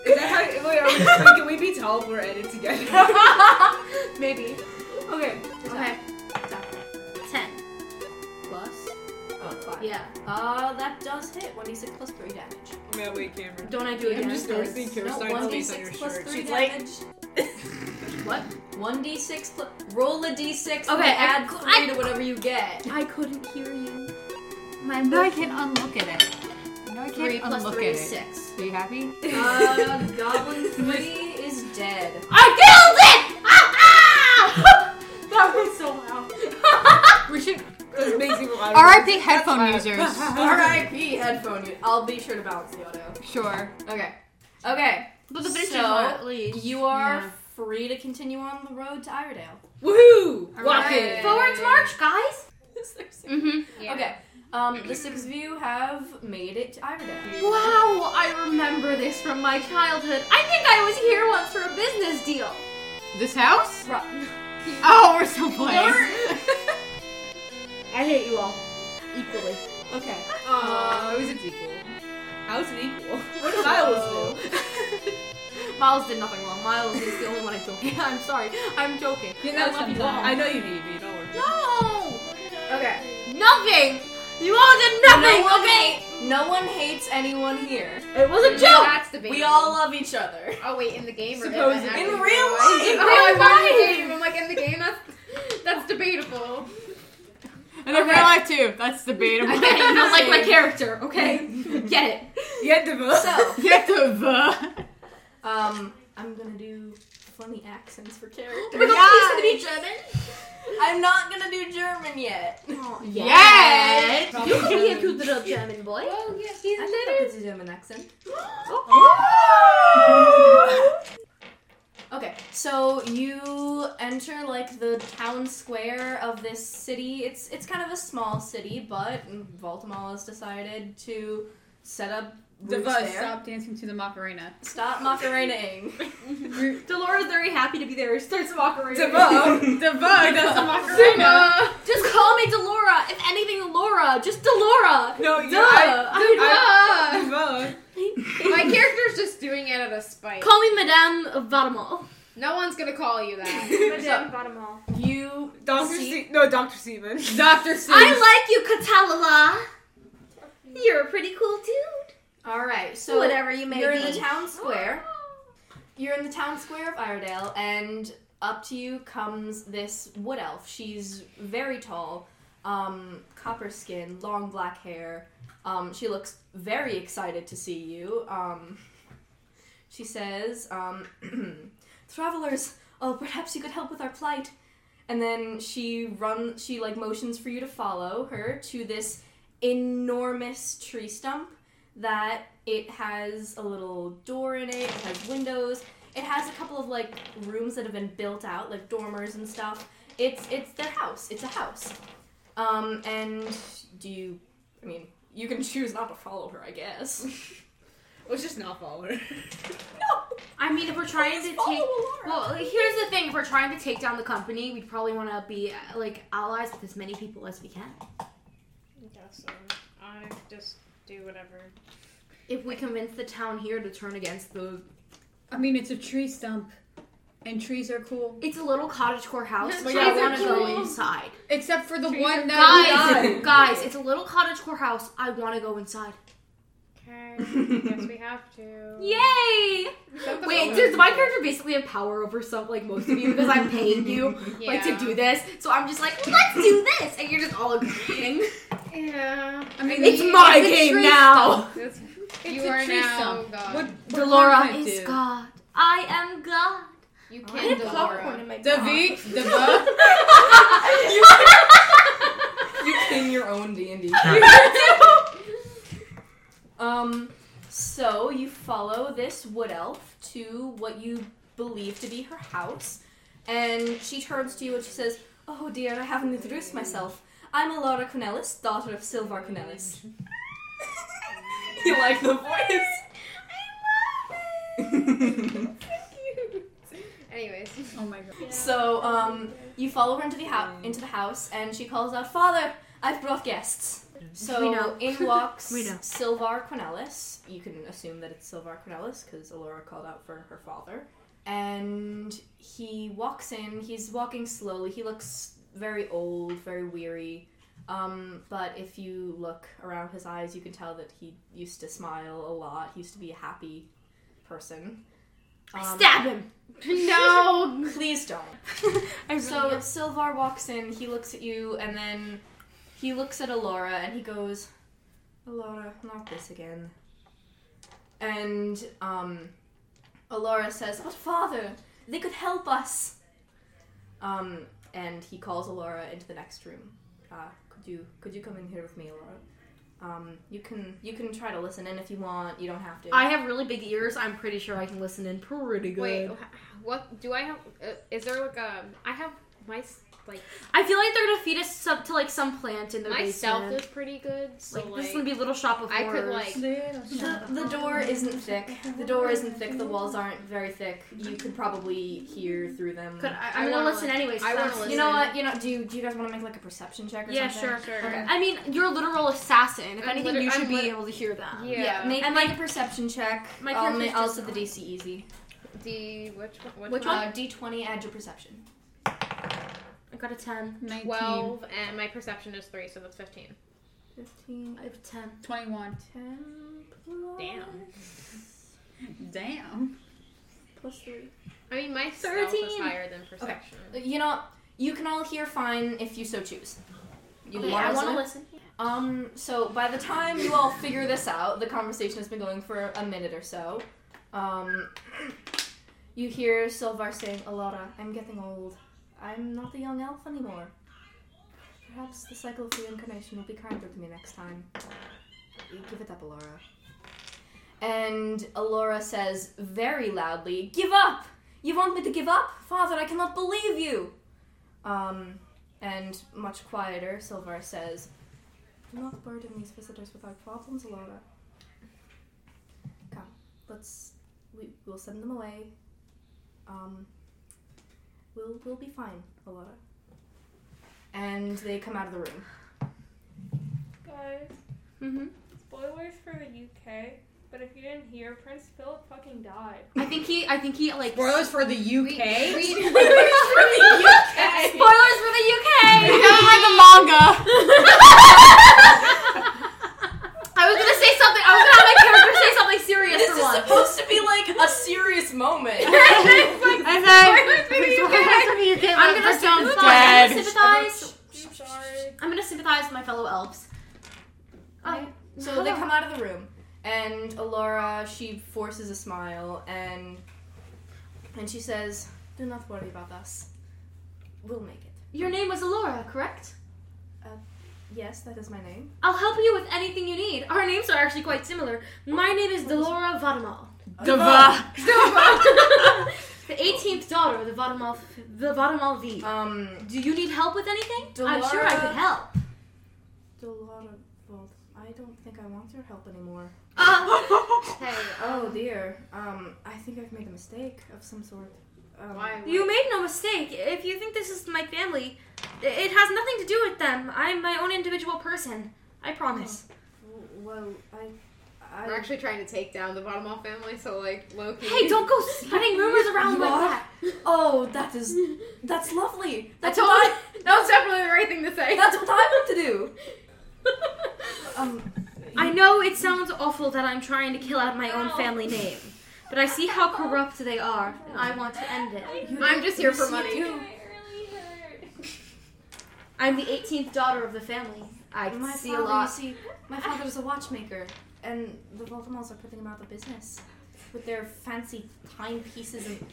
Speaker 3: Is that how? Wait, are we, like, can we be tall if we're edited together?
Speaker 1: Maybe. Okay.
Speaker 2: Okay. Ten.
Speaker 1: Plus. Oh, five. 25.
Speaker 2: Yeah.
Speaker 1: Uh, that does hit. 1d6 plus 3 damage.
Speaker 3: I'm gonna wait, Cameron.
Speaker 1: Don't I do it
Speaker 3: I'm
Speaker 1: again?
Speaker 3: just noticing
Speaker 1: No,
Speaker 3: Kirstein's face on your
Speaker 1: 1d6 plus
Speaker 3: shirt.
Speaker 1: 3
Speaker 3: She's like,
Speaker 1: damage. what? 1d6 plus. Roll a d6 and
Speaker 2: Okay, I-
Speaker 1: add 3
Speaker 2: I-
Speaker 1: to whatever you get.
Speaker 2: I couldn't hear you.
Speaker 4: My no, I can't unlook at it. No, I can't
Speaker 1: 3 plus
Speaker 4: unlook
Speaker 1: 3
Speaker 4: at
Speaker 1: is
Speaker 4: it.
Speaker 1: 6.
Speaker 4: Are you happy?
Speaker 1: Uh,
Speaker 3: um,
Speaker 1: Goblin 3 is dead.
Speaker 2: I killed it! Ah,
Speaker 5: That was so loud.
Speaker 4: We should.
Speaker 3: That's amazing.
Speaker 4: R.I.P. headphone users.
Speaker 1: R.I.P. headphone. u- I'll be sure to balance the auto.
Speaker 4: Sure.
Speaker 1: Okay. Okay.
Speaker 2: But
Speaker 1: the finishing line, at You are free to continue on the road to Iredale.
Speaker 3: Woohoo!
Speaker 1: Walking.
Speaker 2: Forwards march, guys! Mm-hmm.
Speaker 1: Okay. Um, the six of you have made it to Iredale.
Speaker 2: Wow, I remember this from my childhood. I think I was here once for a business deal.
Speaker 4: This house?
Speaker 1: Right.
Speaker 4: Oh, we're still playing.
Speaker 2: I hate you all. Equally.
Speaker 1: Okay.
Speaker 3: Aw, it was a sequel. How was it equal? What did Miles do?
Speaker 2: Miles did nothing wrong. Miles is the only one I joking. I'm sorry. I'm joking.
Speaker 3: You
Speaker 2: I
Speaker 3: know,
Speaker 2: love you
Speaker 3: sometimes-
Speaker 2: all.
Speaker 3: I know you need me, don't worry.
Speaker 2: No!
Speaker 1: Okay.
Speaker 2: Nothing! You all did nothing,
Speaker 1: no one
Speaker 2: okay?
Speaker 1: hate- no one hates anyone here.
Speaker 2: It was a
Speaker 6: Yeah,
Speaker 2: joke!
Speaker 6: That's the
Speaker 1: We all love each other.
Speaker 6: Oh wait, in the game or
Speaker 3: Supposed-
Speaker 6: in, the
Speaker 3: in
Speaker 6: actual
Speaker 1: real life!
Speaker 6: In
Speaker 1: In
Speaker 6: real
Speaker 2: real life!
Speaker 6: game. I'm like in the game. That's that's debatable.
Speaker 4: And in real life too. That's debatable.
Speaker 2: I get it. You don't like my character, okay? Get it.
Speaker 3: You had to vote.
Speaker 1: So,
Speaker 4: Get the the.
Speaker 1: um, I'm gonna do funny accents for characters.
Speaker 2: Yes.
Speaker 1: I'm not gonna do German yet.
Speaker 4: Yes.
Speaker 2: You could be a cute little German boy.
Speaker 6: Oh yeah, he's
Speaker 1: I think I could do German accent. Okay, so you enter like the town square of this city. It's it's kind of a small city, but Baltimore has decided to set up roots there.
Speaker 4: Stop dancing to the Macarena.
Speaker 1: Stop Macarena-ing.
Speaker 2: Dolores very happy to be there. Starts walking around.
Speaker 3: Devo. Devo. That's the Macarena.
Speaker 2: Just call me Delora. If anything, Delora. Just Delora.
Speaker 3: No, you.
Speaker 2: Duh. I,
Speaker 6: Ah,
Speaker 3: Devo.
Speaker 6: my character's just doing it out of spite.
Speaker 2: call me Madame Vademol.
Speaker 6: No one's gonna call you that.
Speaker 5: Madame Vademol.
Speaker 1: You
Speaker 3: Doctor
Speaker 1: see-
Speaker 3: Se- No, Doctor Seaman.
Speaker 4: Doctor Seuss.
Speaker 2: I like you, Katalala. You're a pretty cool dude.
Speaker 1: All right, so
Speaker 2: Whatever you may
Speaker 1: you're
Speaker 2: be.
Speaker 1: in the town square. You're in the town square of Iredale, and up to you comes this wood elf. She's very tall, um, copper skin, long black hair. Um, she looks very excited to see you. Um, she says, um, "Travelers, oh, perhaps you could help with our plight." And then she runs. She like motions for you to follow her to this enormous tree stump that it has a little door in it, it has windows, it has a couple of like rooms that have been built out, like dormers and stuff. It's it's their house. It's a house. Um, and do you I mean, you can choose not to follow her, I guess.
Speaker 3: Let's just not follow her.
Speaker 1: no.
Speaker 2: I mean, if we're trying to
Speaker 1: Follow
Speaker 2: take.
Speaker 1: Alara.
Speaker 2: Well, like, here's the thing: if we're trying to take down the company, we'd probably want to be uh, like allies with as many people as we can.
Speaker 6: I just do whatever.
Speaker 2: If we convince the town here to turn against the,
Speaker 4: I mean, it's a tree stump, and trees are cool.
Speaker 2: it's a little cottagecore house. so
Speaker 6: Yeah, trees
Speaker 2: I
Speaker 6: are
Speaker 2: want to
Speaker 6: cool.
Speaker 2: go inside.
Speaker 4: Except for the
Speaker 6: Trees are
Speaker 4: one that
Speaker 2: Guys, guys, it's a little cottagecore house. I want to go inside.
Speaker 6: Okay, I guess we have to.
Speaker 2: Yay! Wait, does my character basically have power over some like most of you because I'm paying you like to do this? So I'm just like, let's do this, and you're just all agreeing.
Speaker 6: Yeah.
Speaker 4: I mean,
Speaker 2: It's
Speaker 4: you-
Speaker 2: my
Speaker 4: it's a
Speaker 2: game
Speaker 4: tree
Speaker 2: now.
Speaker 4: stump.
Speaker 6: That's-
Speaker 4: It's
Speaker 6: you
Speaker 4: a
Speaker 6: are
Speaker 4: tree
Speaker 6: now
Speaker 4: stump.
Speaker 6: God.
Speaker 4: What, what
Speaker 2: Delora
Speaker 4: harm could it
Speaker 2: is
Speaker 4: do?
Speaker 2: God. I am God.
Speaker 6: You
Speaker 1: I had
Speaker 6: can
Speaker 1: popcorn
Speaker 6: Delora.
Speaker 1: in my
Speaker 4: Davi, Deva.
Speaker 1: You king your own D and D. Um, so you follow this wood elf to what you believe to be her house, and she turns to you and she says, "Oh dear, I haven't introduced myself. I'm Alora Cornelis, daughter of Silvar Cornelis." you like the voice?
Speaker 6: Anyways,
Speaker 4: Oh my god.
Speaker 1: So um, you follow her into the house,
Speaker 2: Mm.
Speaker 1: into the house, and she calls out, "Father, I've brought guests." So
Speaker 2: Mm. We know.
Speaker 1: in walks
Speaker 2: We know.
Speaker 1: Silvar Cornelis. You can assume that it's Silvar Cornelis because Alora called out for her father. And he walks in. He's walking slowly. He looks very old, very weary. Um, but if you look around his eyes, you can tell that he used to smile a lot. He used to be a happy person. Um,
Speaker 2: Stab him.
Speaker 6: No.
Speaker 1: Please don't.
Speaker 2: I
Speaker 1: So Silvar walks in, he looks at you, and then he looks at Alora and he goes, Alora, not this again. And um Alora says, But father, they could help us. Um and he calls Alora into the next room. Uh, could you could you come in here with me, Alora? Um, you can you can try to listen in if you want. You don't have to.
Speaker 2: I have really big ears. I'm pretty sure I can listen in pretty good.
Speaker 6: Wait. wh- What do I have? Uh, is there like a? I have my s- like
Speaker 2: I feel like they're gonna feed us up to like some plant in their
Speaker 6: my stealth
Speaker 2: basement.
Speaker 6: is pretty good. So
Speaker 2: Like,
Speaker 6: like,
Speaker 2: this is gonna be a little shop of
Speaker 6: I could,
Speaker 2: horrors.
Speaker 6: like-
Speaker 1: The, the door isn't thick. The door isn't thick. The walls aren't very thick. You could probably hear through them.
Speaker 6: could I,
Speaker 2: I'm
Speaker 6: I
Speaker 2: gonna
Speaker 6: wanna
Speaker 2: listen
Speaker 6: li-
Speaker 2: anyways.
Speaker 6: I
Speaker 2: that's-
Speaker 6: wanna
Speaker 1: you
Speaker 6: listen.
Speaker 1: know what? You know, do do you guys want to make like a perception check or
Speaker 2: Yeah,
Speaker 1: something?
Speaker 2: sure.
Speaker 6: Sure.
Speaker 1: Okay.
Speaker 2: I mean, you're a literal assassin. If
Speaker 6: I'm
Speaker 2: anything,
Speaker 6: liter-
Speaker 2: you should
Speaker 6: I'm
Speaker 2: be
Speaker 6: lit-
Speaker 2: able to hear them.
Speaker 6: Yeah.
Speaker 1: Yeah, make,
Speaker 2: And,
Speaker 1: make
Speaker 2: like,
Speaker 1: a perception check.
Speaker 2: my
Speaker 1: I'll
Speaker 2: character's
Speaker 1: make
Speaker 2: just
Speaker 1: also the
Speaker 2: not-
Speaker 1: DC easy.
Speaker 6: D which one? Which,
Speaker 2: Which
Speaker 6: one?
Speaker 1: Uh, D20 add your perception.
Speaker 2: I got a ten.
Speaker 4: 19,
Speaker 6: Twelve, and my perception is three, so that's fifteen.
Speaker 1: 15,
Speaker 2: I have a ten.
Speaker 4: 21.
Speaker 1: 10
Speaker 6: Damn.
Speaker 4: Damn.
Speaker 1: plus 3.
Speaker 6: I mean, my stealth is
Speaker 2: 13.
Speaker 6: higher than perception.
Speaker 1: You know, you can all hear fine if you so choose. You
Speaker 2: Okay,
Speaker 1: want
Speaker 2: I
Speaker 1: to
Speaker 2: want
Speaker 1: listen?
Speaker 2: to listen.
Speaker 1: Um, so by the time you all figure this out, the conversation has been going for a minute or so. Um, you hear Silvar saying, Alara, I'm getting old. I'm not a young elf anymore. Perhaps the cycle of reincarnation will be kinder to me next time. You Give it up, Alara. And Alora says very loudly, Give up! You want me to give up? Father, I cannot believe you! Um, and much quieter, Silvar says, do not burden these visitors with our problems, Laura. Come, let's. We, we'll send them away. Um. We'll, we'll be fine, Alara. And they come out of the room.
Speaker 5: Guys,
Speaker 1: Mm-hmm.
Speaker 5: spoilers for the UK, but if you didn't hear, Prince Philip fucking died.
Speaker 2: I think he. I think he like.
Speaker 3: Spoilers for the UK.
Speaker 2: Spoilers for the UK.
Speaker 4: I read the manga.
Speaker 2: I was gonna say something. I was gonna have my character say something serious
Speaker 1: This
Speaker 2: for
Speaker 1: is
Speaker 2: once.
Speaker 1: supposed to be like a serious moment.
Speaker 4: And then,
Speaker 2: Spoilers for the UK.
Speaker 4: I'm
Speaker 2: I'm
Speaker 4: gonna
Speaker 2: gonna
Speaker 4: sound
Speaker 2: sympathize. I'm gonna
Speaker 4: dead.
Speaker 2: sympathize.
Speaker 5: I'm sorry.
Speaker 2: I'm gonna sympathize with my fellow elves. Um,
Speaker 1: Okay. So they come out of the room, and Alora she forces a smile and and she says, "Do not worry about us. We'll make it."
Speaker 2: Your name was Alora, correct?
Speaker 1: Yes, that is my name.
Speaker 2: I'll help you with anything you need. Our names are actually quite similar. My name is Delora Vadamal.
Speaker 4: Dava.
Speaker 2: the 18th daughter of the Vadamal, the Vadamal V.
Speaker 1: Um,
Speaker 2: Do you need help with anything? I'm sure
Speaker 1: Delora-
Speaker 2: I could help.
Speaker 1: Dolora Vault, I don't think I want your help anymore.
Speaker 6: Hey,
Speaker 1: Oh dear. Um, I think I've made a mistake of some sort. Um,
Speaker 6: why?
Speaker 2: You made no mistake. If you think this is my family, i- it has nothing to do with them. I'm my own individual person. I promise.
Speaker 6: Oh,
Speaker 1: w- Well, I. I
Speaker 6: We're actually trying to take down the bottom off family, so like Loki.
Speaker 2: Hey, don't go spreading rumors around
Speaker 1: You
Speaker 2: like
Speaker 1: are?
Speaker 2: that.
Speaker 1: oh, that is. That's lovely.
Speaker 2: That's
Speaker 1: That's
Speaker 2: all.
Speaker 1: what I,
Speaker 6: That was definitely the right thing to say.
Speaker 1: that's what I want to do. Um,
Speaker 2: I know it sounds awful that I'm trying to kill out my own family name, but I see how corrupt they are, and I want to end it.
Speaker 6: I'm just here for
Speaker 1: see
Speaker 6: money.
Speaker 1: you.
Speaker 2: I'm the 18th daughter of the family. I
Speaker 1: My
Speaker 2: see a
Speaker 1: father,
Speaker 2: lot.
Speaker 1: you see, my father's a watchmaker, and the Voldemorts are putting him out of business with their fancy timepieces and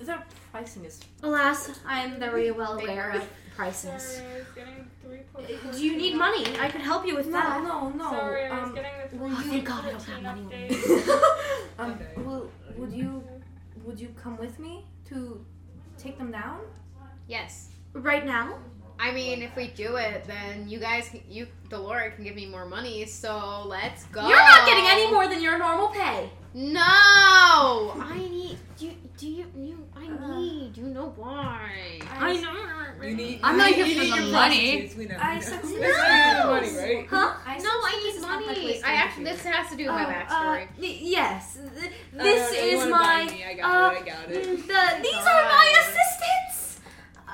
Speaker 1: their pricing is
Speaker 2: Alas, I am very well aware of prices.
Speaker 5: Sorry, I was getting three point four
Speaker 2: Do you need
Speaker 5: two.
Speaker 2: money? I could help you with
Speaker 1: No,
Speaker 2: that.
Speaker 1: no, no.
Speaker 5: Sorry, I was
Speaker 1: um,
Speaker 5: getting the three
Speaker 2: Oh, thank
Speaker 5: point
Speaker 2: God I don't
Speaker 5: fourteen
Speaker 2: have money.
Speaker 5: update.
Speaker 1: um, well, would you would you come with me to take them down?
Speaker 6: Yes.
Speaker 2: Right now?
Speaker 6: I mean, if we do it, then you guys, can- you, Delora can give me more money, so let's go.
Speaker 2: You're not getting any more than your normal pay.
Speaker 6: No! I need, do, do you, you, I need, you know why.
Speaker 1: I
Speaker 2: know.
Speaker 3: You need,
Speaker 4: I'm
Speaker 3: you
Speaker 4: not
Speaker 3: need-
Speaker 4: here
Speaker 3: you
Speaker 4: for
Speaker 3: need
Speaker 4: the
Speaker 3: your
Speaker 4: money.
Speaker 3: prostitutes, We know.
Speaker 1: I
Speaker 3: we know.
Speaker 1: said
Speaker 3: That's
Speaker 1: no.
Speaker 3: why you need money, right?
Speaker 2: Huh?
Speaker 1: I
Speaker 6: No, I
Speaker 1: this
Speaker 6: need
Speaker 1: is not the
Speaker 6: money.
Speaker 1: place to
Speaker 6: I actually,
Speaker 1: interfere.
Speaker 6: this has to do with my
Speaker 2: Oh,
Speaker 6: backstory.
Speaker 2: uh, y- yes. Th-
Speaker 3: No,
Speaker 2: This
Speaker 3: no, you
Speaker 2: is
Speaker 3: wanna
Speaker 2: my.
Speaker 3: buy me, I
Speaker 2: uh,
Speaker 3: got it. I
Speaker 2: mm,
Speaker 3: got it.
Speaker 2: the- these are my assistants!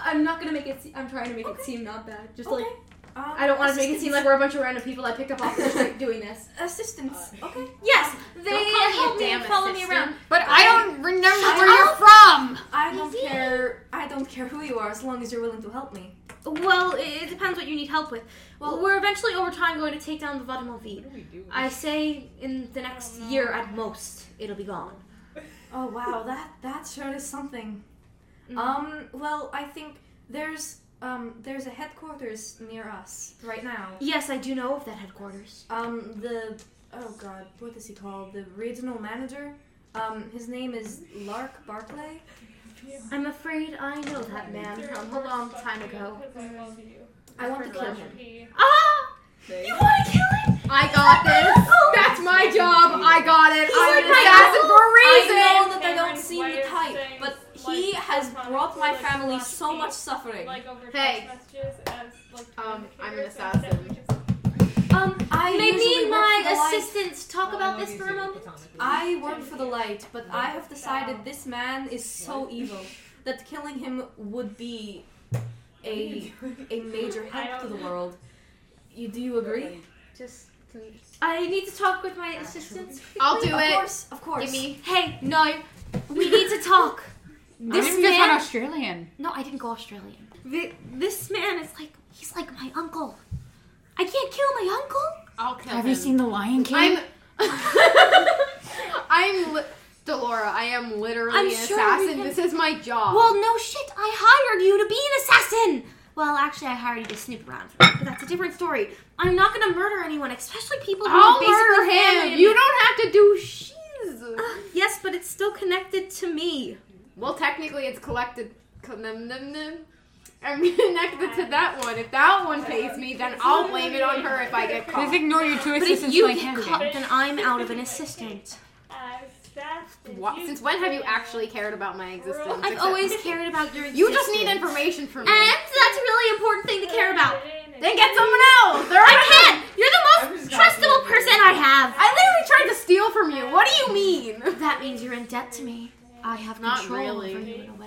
Speaker 2: I'm not gonna make it. Se- I'm trying to make it seem not bad. Just
Speaker 1: Okay.
Speaker 2: like
Speaker 1: Um,
Speaker 2: I don't want to make it seem like we're a bunch of random people I picked up off the street doing this.
Speaker 1: assistance.
Speaker 2: Uh,
Speaker 1: Okay.
Speaker 2: Yes, they
Speaker 6: Don't call me a
Speaker 2: help me
Speaker 6: damn
Speaker 2: follow me
Speaker 6: assistant.
Speaker 2: around.
Speaker 4: But I don't remember
Speaker 1: Shut
Speaker 4: where you're from.
Speaker 1: I don't
Speaker 2: Easy.
Speaker 1: care. I don't care who you are, as long as you're willing to help me.
Speaker 2: Well, it it depends what you need help with. Well, we're eventually over time going to take down the Vladimir
Speaker 3: What do we do?
Speaker 2: I say in the next year at most, it'll be gone.
Speaker 1: Oh wow, that that sure is something.
Speaker 2: Mm.
Speaker 1: Um. Well, I think there's um there's a headquarters near us right now.
Speaker 2: Yes, I do know of that headquarters.
Speaker 1: Um. The oh god, what is he called? The regional manager. Um. His name is Lark Barclay.
Speaker 2: I'm afraid I know that man
Speaker 5: You're
Speaker 2: from a
Speaker 5: worse
Speaker 2: long
Speaker 5: fuck
Speaker 2: time
Speaker 5: you,
Speaker 2: ago.
Speaker 5: 'cause I love you.
Speaker 1: I want to kill
Speaker 5: Slash
Speaker 1: him.
Speaker 5: P.
Speaker 2: Ah!
Speaker 3: They-
Speaker 2: You want to kill him?
Speaker 6: I got this. That's my job. I got it. I'm
Speaker 2: like my uncle.
Speaker 6: an assassin for a
Speaker 1: I know that I
Speaker 6: reason.
Speaker 5: Cameron
Speaker 1: don't seem the
Speaker 5: Blair's
Speaker 1: type,
Speaker 5: saying
Speaker 1: but
Speaker 5: it's
Speaker 1: he
Speaker 5: like
Speaker 1: has
Speaker 5: platonic,
Speaker 1: brought my
Speaker 5: like
Speaker 1: family
Speaker 5: slash
Speaker 1: so
Speaker 5: P,
Speaker 1: much suffering.
Speaker 5: Like over
Speaker 6: Hey.
Speaker 5: text messages as like.
Speaker 6: Um, I'm an
Speaker 5: communicators, so
Speaker 6: assassin.
Speaker 5: instead we just-
Speaker 2: Um,
Speaker 1: I
Speaker 2: may me
Speaker 1: usually
Speaker 2: and
Speaker 1: work
Speaker 2: my
Speaker 1: for the light.
Speaker 2: assistants talk about this for a moment?
Speaker 1: I work for the light, but I have decided this man is so evil that killing him would be a a major help to the world. You do you agree?
Speaker 6: Just,
Speaker 2: I need to talk with my assistants.
Speaker 6: I'll do
Speaker 1: of
Speaker 6: it.
Speaker 1: course, of course.
Speaker 6: Give me.
Speaker 2: Hey, no, we need to talk.
Speaker 4: This
Speaker 2: This
Speaker 4: I'm just
Speaker 2: man.
Speaker 4: not Australian.
Speaker 2: No, I didn't go Australian. Thi- This man is like he's like my uncle. I can't kill my uncle.
Speaker 6: I'll kill
Speaker 4: Have you seen The Lion
Speaker 6: I'm.
Speaker 4: King?
Speaker 6: I'm. Li- Delora, I am literally
Speaker 2: I'm
Speaker 6: an
Speaker 2: sure we
Speaker 6: assassin.
Speaker 2: can-
Speaker 6: This is my job.
Speaker 2: Well, no shit. I hired you to be an assassin. Well, actually, I hired you to snoop around, for me, but that's a different story. I'm not gonna murder anyone, especially people who
Speaker 6: I'll
Speaker 2: are basically
Speaker 6: murder
Speaker 2: family
Speaker 6: him.
Speaker 2: to
Speaker 6: You
Speaker 2: me.
Speaker 6: don't have to do shiz.
Speaker 2: Uh, yes, but it's still connected to me.
Speaker 6: Well, technically, it's collected. Num, num, num. I'm connected to that one. If that one pays me, then I'll blame it on her if I get
Speaker 4: Just
Speaker 6: caught.
Speaker 4: ignore your two
Speaker 2: But if
Speaker 4: assistants
Speaker 2: you
Speaker 4: like
Speaker 2: get
Speaker 4: him.
Speaker 2: caught, then I'm out of an assistant.
Speaker 5: As fast as
Speaker 6: What?
Speaker 5: you
Speaker 6: Since when have you
Speaker 5: can.
Speaker 6: actually cared about my existence?
Speaker 2: I've
Speaker 6: Except-
Speaker 2: always cared about your.
Speaker 6: You just need
Speaker 2: existence.
Speaker 6: information from me.
Speaker 2: and that's a really important thing to care about.
Speaker 6: then get someone else. They're
Speaker 2: I can't. You're the most
Speaker 3: I'm just not
Speaker 2: trustable
Speaker 3: doing it.
Speaker 2: person I have.
Speaker 6: I literally tried to steal from you. What do you mean?
Speaker 2: That means you're in debt to me. I have
Speaker 6: Not
Speaker 2: control
Speaker 6: really.
Speaker 2: over you in a way.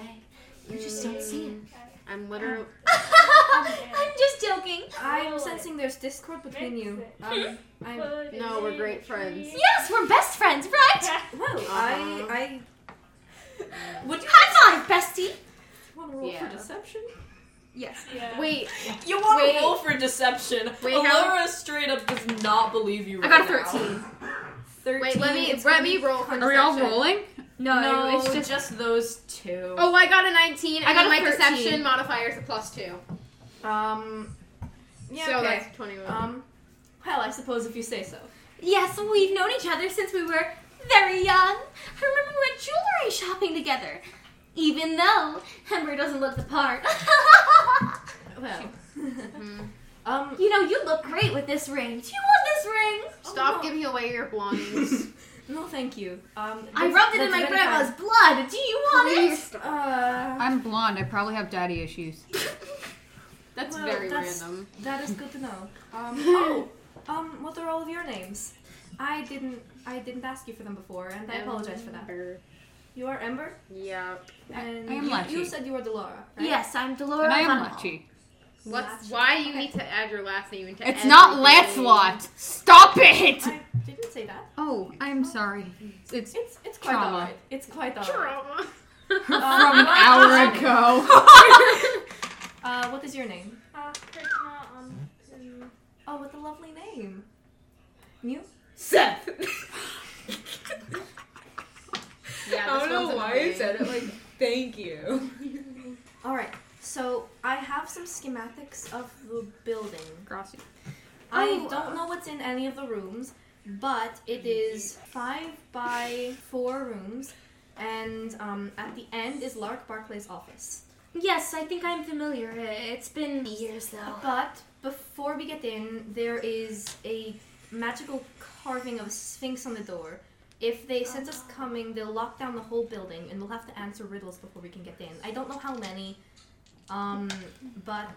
Speaker 2: You just don't see it.
Speaker 6: I'm literally.
Speaker 2: I'm just joking.
Speaker 1: I'm sensing there's discord between you. Um, I'm
Speaker 6: No, we're great friends.
Speaker 2: Yes, we're best friends, right?
Speaker 1: well,
Speaker 6: Uh-huh.
Speaker 1: I I would you
Speaker 2: High five, bestie.
Speaker 1: want to roll
Speaker 6: Yeah.
Speaker 1: for deception?
Speaker 2: Yes.
Speaker 1: Um,
Speaker 5: Yeah.
Speaker 6: Wait,
Speaker 1: You
Speaker 6: wanna
Speaker 1: want
Speaker 6: Wait.
Speaker 1: to
Speaker 6: roll
Speaker 1: roll for deception?
Speaker 6: Wait, how-
Speaker 1: straight up does not believe you.
Speaker 6: I got a 13.
Speaker 1: Thirteen.
Speaker 6: Wait, let me
Speaker 1: it's
Speaker 6: let
Speaker 1: gonna
Speaker 6: me
Speaker 1: be
Speaker 6: roll for.
Speaker 4: Are we all
Speaker 6: deception.
Speaker 4: rolling?
Speaker 1: No,
Speaker 6: No,
Speaker 1: it's just, just those two.
Speaker 6: Oh, I got a 19.
Speaker 2: I
Speaker 6: and
Speaker 2: got a
Speaker 6: my
Speaker 2: 13.
Speaker 6: deception modifier is a plus two.
Speaker 1: Um. Yeah.
Speaker 6: so
Speaker 1: okay.
Speaker 6: that's 21.
Speaker 1: Um. Well, I suppose if you say so.
Speaker 2: Yes, we've known each other since we were very young. I remember we went jewelry shopping together. Even though Henry doesn't look the part.
Speaker 1: Well.
Speaker 6: Mhm.
Speaker 1: um.
Speaker 2: you know, you look great with this ring. Do you want this ring?
Speaker 6: Stop
Speaker 1: oh, no.
Speaker 6: giving away your belongings.
Speaker 1: No, thank you. Um.
Speaker 2: I
Speaker 1: that's-
Speaker 2: rubbed it in
Speaker 1: that's
Speaker 2: my
Speaker 1: very
Speaker 2: grandma's blood. Do you want it?
Speaker 1: kind. Uh.
Speaker 4: I'm blonde. I probably have daddy issues.
Speaker 6: That's
Speaker 1: Well,
Speaker 6: very
Speaker 1: that's-
Speaker 6: random.
Speaker 1: That is good to know. Um. Oh. Um. What are all of your names? I didn't. I didn't ask you for them before, and I apologize for that.
Speaker 6: Ember.
Speaker 1: You are Ember,
Speaker 6: Yeah.
Speaker 1: and
Speaker 4: I am
Speaker 1: you- you,
Speaker 4: Lachie.
Speaker 1: said you were Delora. Right?
Speaker 2: Yes, I'm Delora.
Speaker 4: And I am
Speaker 2: Hunnewell.
Speaker 4: Lachi.
Speaker 6: What's
Speaker 1: Lachie.
Speaker 6: why you need to add your last name into
Speaker 4: It's not
Speaker 6: everything.
Speaker 4: Lancelot. Stop it!
Speaker 1: I didn't say that.
Speaker 4: Oh, I'm sorry. It's
Speaker 1: It's it's quite
Speaker 4: Trauma.
Speaker 1: alright. It's quite alright. Um,
Speaker 6: Trauma.
Speaker 4: from an hour ago.
Speaker 1: Uh, what is your name?
Speaker 5: Uh, Krishna, um, mm,
Speaker 1: Oh, what a lovely name. You?
Speaker 3: Seth.
Speaker 6: Yeah,
Speaker 3: I
Speaker 6: this
Speaker 3: don't know
Speaker 6: one's
Speaker 3: why I
Speaker 6: annoying.
Speaker 3: said it like, thank you.
Speaker 1: All right. So I have some schematics of the building.
Speaker 4: Grassy.
Speaker 1: I
Speaker 2: Oh,
Speaker 1: don't know what's in any of the rooms, but it is five by four rooms, and um, at the end is Lark Barclay's office.
Speaker 2: Yes, I think I'm familiar. It's been years though.
Speaker 1: But before we get in, there is a magical carving of a sphinx on the door. If they sense us coming, they'll lock down the whole building, and we'll have to answer riddles before we can get in. I don't know how many, um, but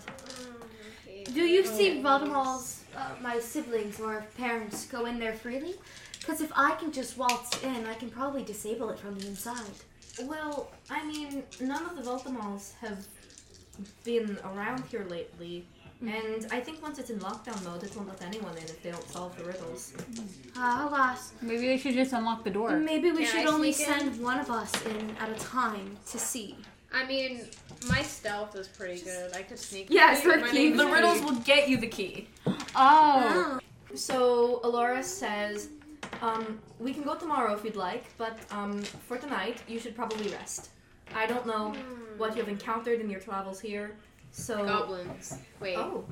Speaker 2: Do you see Voldemort's, uh, my siblings or parents go in there freely? Because if I can just waltz in, I can probably disable it from the inside.
Speaker 1: Well, I mean, none of the Voldemorts have been around here lately. And I think once it's in lockdown mode, it won't let anyone in if they don't solve the riddles.
Speaker 2: Ah, alas.
Speaker 4: Maybe they should just unlock the door.
Speaker 2: Maybe we
Speaker 6: Can
Speaker 2: should
Speaker 6: I
Speaker 2: only
Speaker 6: sneak in?
Speaker 2: send one of us in at a time to see.
Speaker 6: I mean, my stealth is pretty good. I could sneak.
Speaker 1: Yes,
Speaker 6: My name's
Speaker 1: the
Speaker 6: Reed.
Speaker 1: riddles will get you the key.
Speaker 4: Oh.
Speaker 2: Ah.
Speaker 1: So Alora says, um, "We can go tomorrow if you'd like, but um, for tonight you should probably rest. I don't know
Speaker 6: Hmm.
Speaker 1: what you have encountered in your travels here, so
Speaker 6: Goblins. Wait,
Speaker 1: oh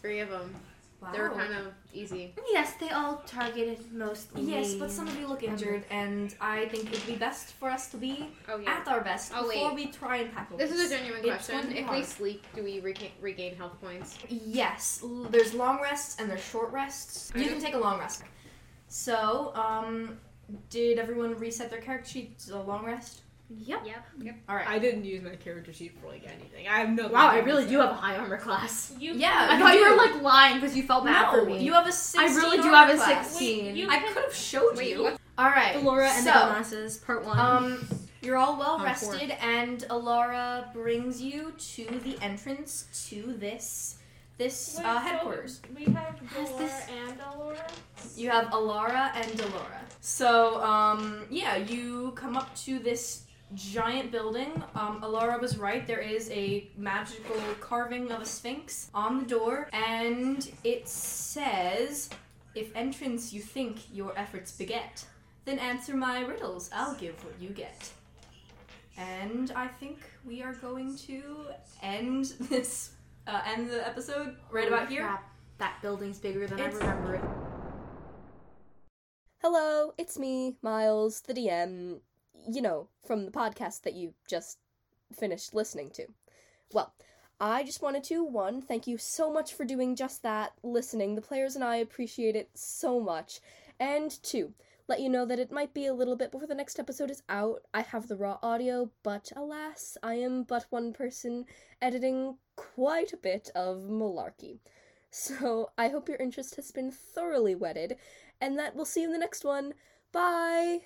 Speaker 6: three of them.
Speaker 1: wow,
Speaker 6: They were kind of easy.
Speaker 2: Yes, they all targeted mostly.
Speaker 1: yes,
Speaker 2: me.
Speaker 1: but some of you look injured, and I think it'd be best for us to be
Speaker 6: Oh yeah.
Speaker 1: at our best
Speaker 6: Oh, wait.
Speaker 1: before we try and tackle
Speaker 6: This is a genuine
Speaker 1: It's going
Speaker 6: question.
Speaker 1: to be
Speaker 6: If we
Speaker 1: hard.
Speaker 6: sleep, do we regain, regain health points?
Speaker 1: Yes, l- there's long rests and there's short rests. You can take a long rest. So, um, did everyone reset their character sheet to a long rest?
Speaker 2: Yep.
Speaker 6: Yep.
Speaker 1: All right.
Speaker 3: I didn't use my character sheet for like anything. I have no.
Speaker 2: Wow, I really do have a high armor class.
Speaker 5: You
Speaker 1: Yeah,
Speaker 6: Uh,
Speaker 2: I
Speaker 1: You
Speaker 2: thought you
Speaker 1: do.
Speaker 2: were like lying because you felt bad
Speaker 1: no,
Speaker 2: for me.
Speaker 1: you have a 16
Speaker 2: I really do
Speaker 1: armor
Speaker 2: have a
Speaker 1: class.
Speaker 5: Wait,
Speaker 2: 16.
Speaker 5: you
Speaker 1: I
Speaker 5: can-
Speaker 1: could have showed
Speaker 6: Wait,
Speaker 1: you.
Speaker 6: what?
Speaker 1: All right.
Speaker 2: Laura and
Speaker 1: so,
Speaker 2: the Glasses, part one.
Speaker 1: um, you're all well
Speaker 4: On four.
Speaker 1: rested, and Alara brings you to the entrance to this this
Speaker 5: Wait,
Speaker 1: uh,
Speaker 5: so
Speaker 1: headquarters.
Speaker 5: We have
Speaker 2: Has
Speaker 5: Delora
Speaker 2: this-
Speaker 5: and Delora.
Speaker 1: You have Alara and Delora. So, um, yeah, you come up to this giant building. Um, Alara was right. There is a magical carving of a sphinx on the door, and it says, "If entrance you think your efforts beget, then answer my riddles. I'll give what you get." And I think we are going to end this. Uh, end the episode right about here.
Speaker 2: Crap, That building's bigger than
Speaker 1: It's-
Speaker 2: I remember it.
Speaker 7: Hello, it's me, Miles, the DM, you know, from the podcast that you just finished listening to. Well, I just wanted to, one, thank you so much for doing just that, listening. The players and I appreciate it so much. And two, let you know that it might be a little bit before the next episode is out. I have the raw audio, but alas, I am but one person editing quite a bit of malarkey. So I hope your interest has been thoroughly whetted and that we'll see you in the next one. Bye!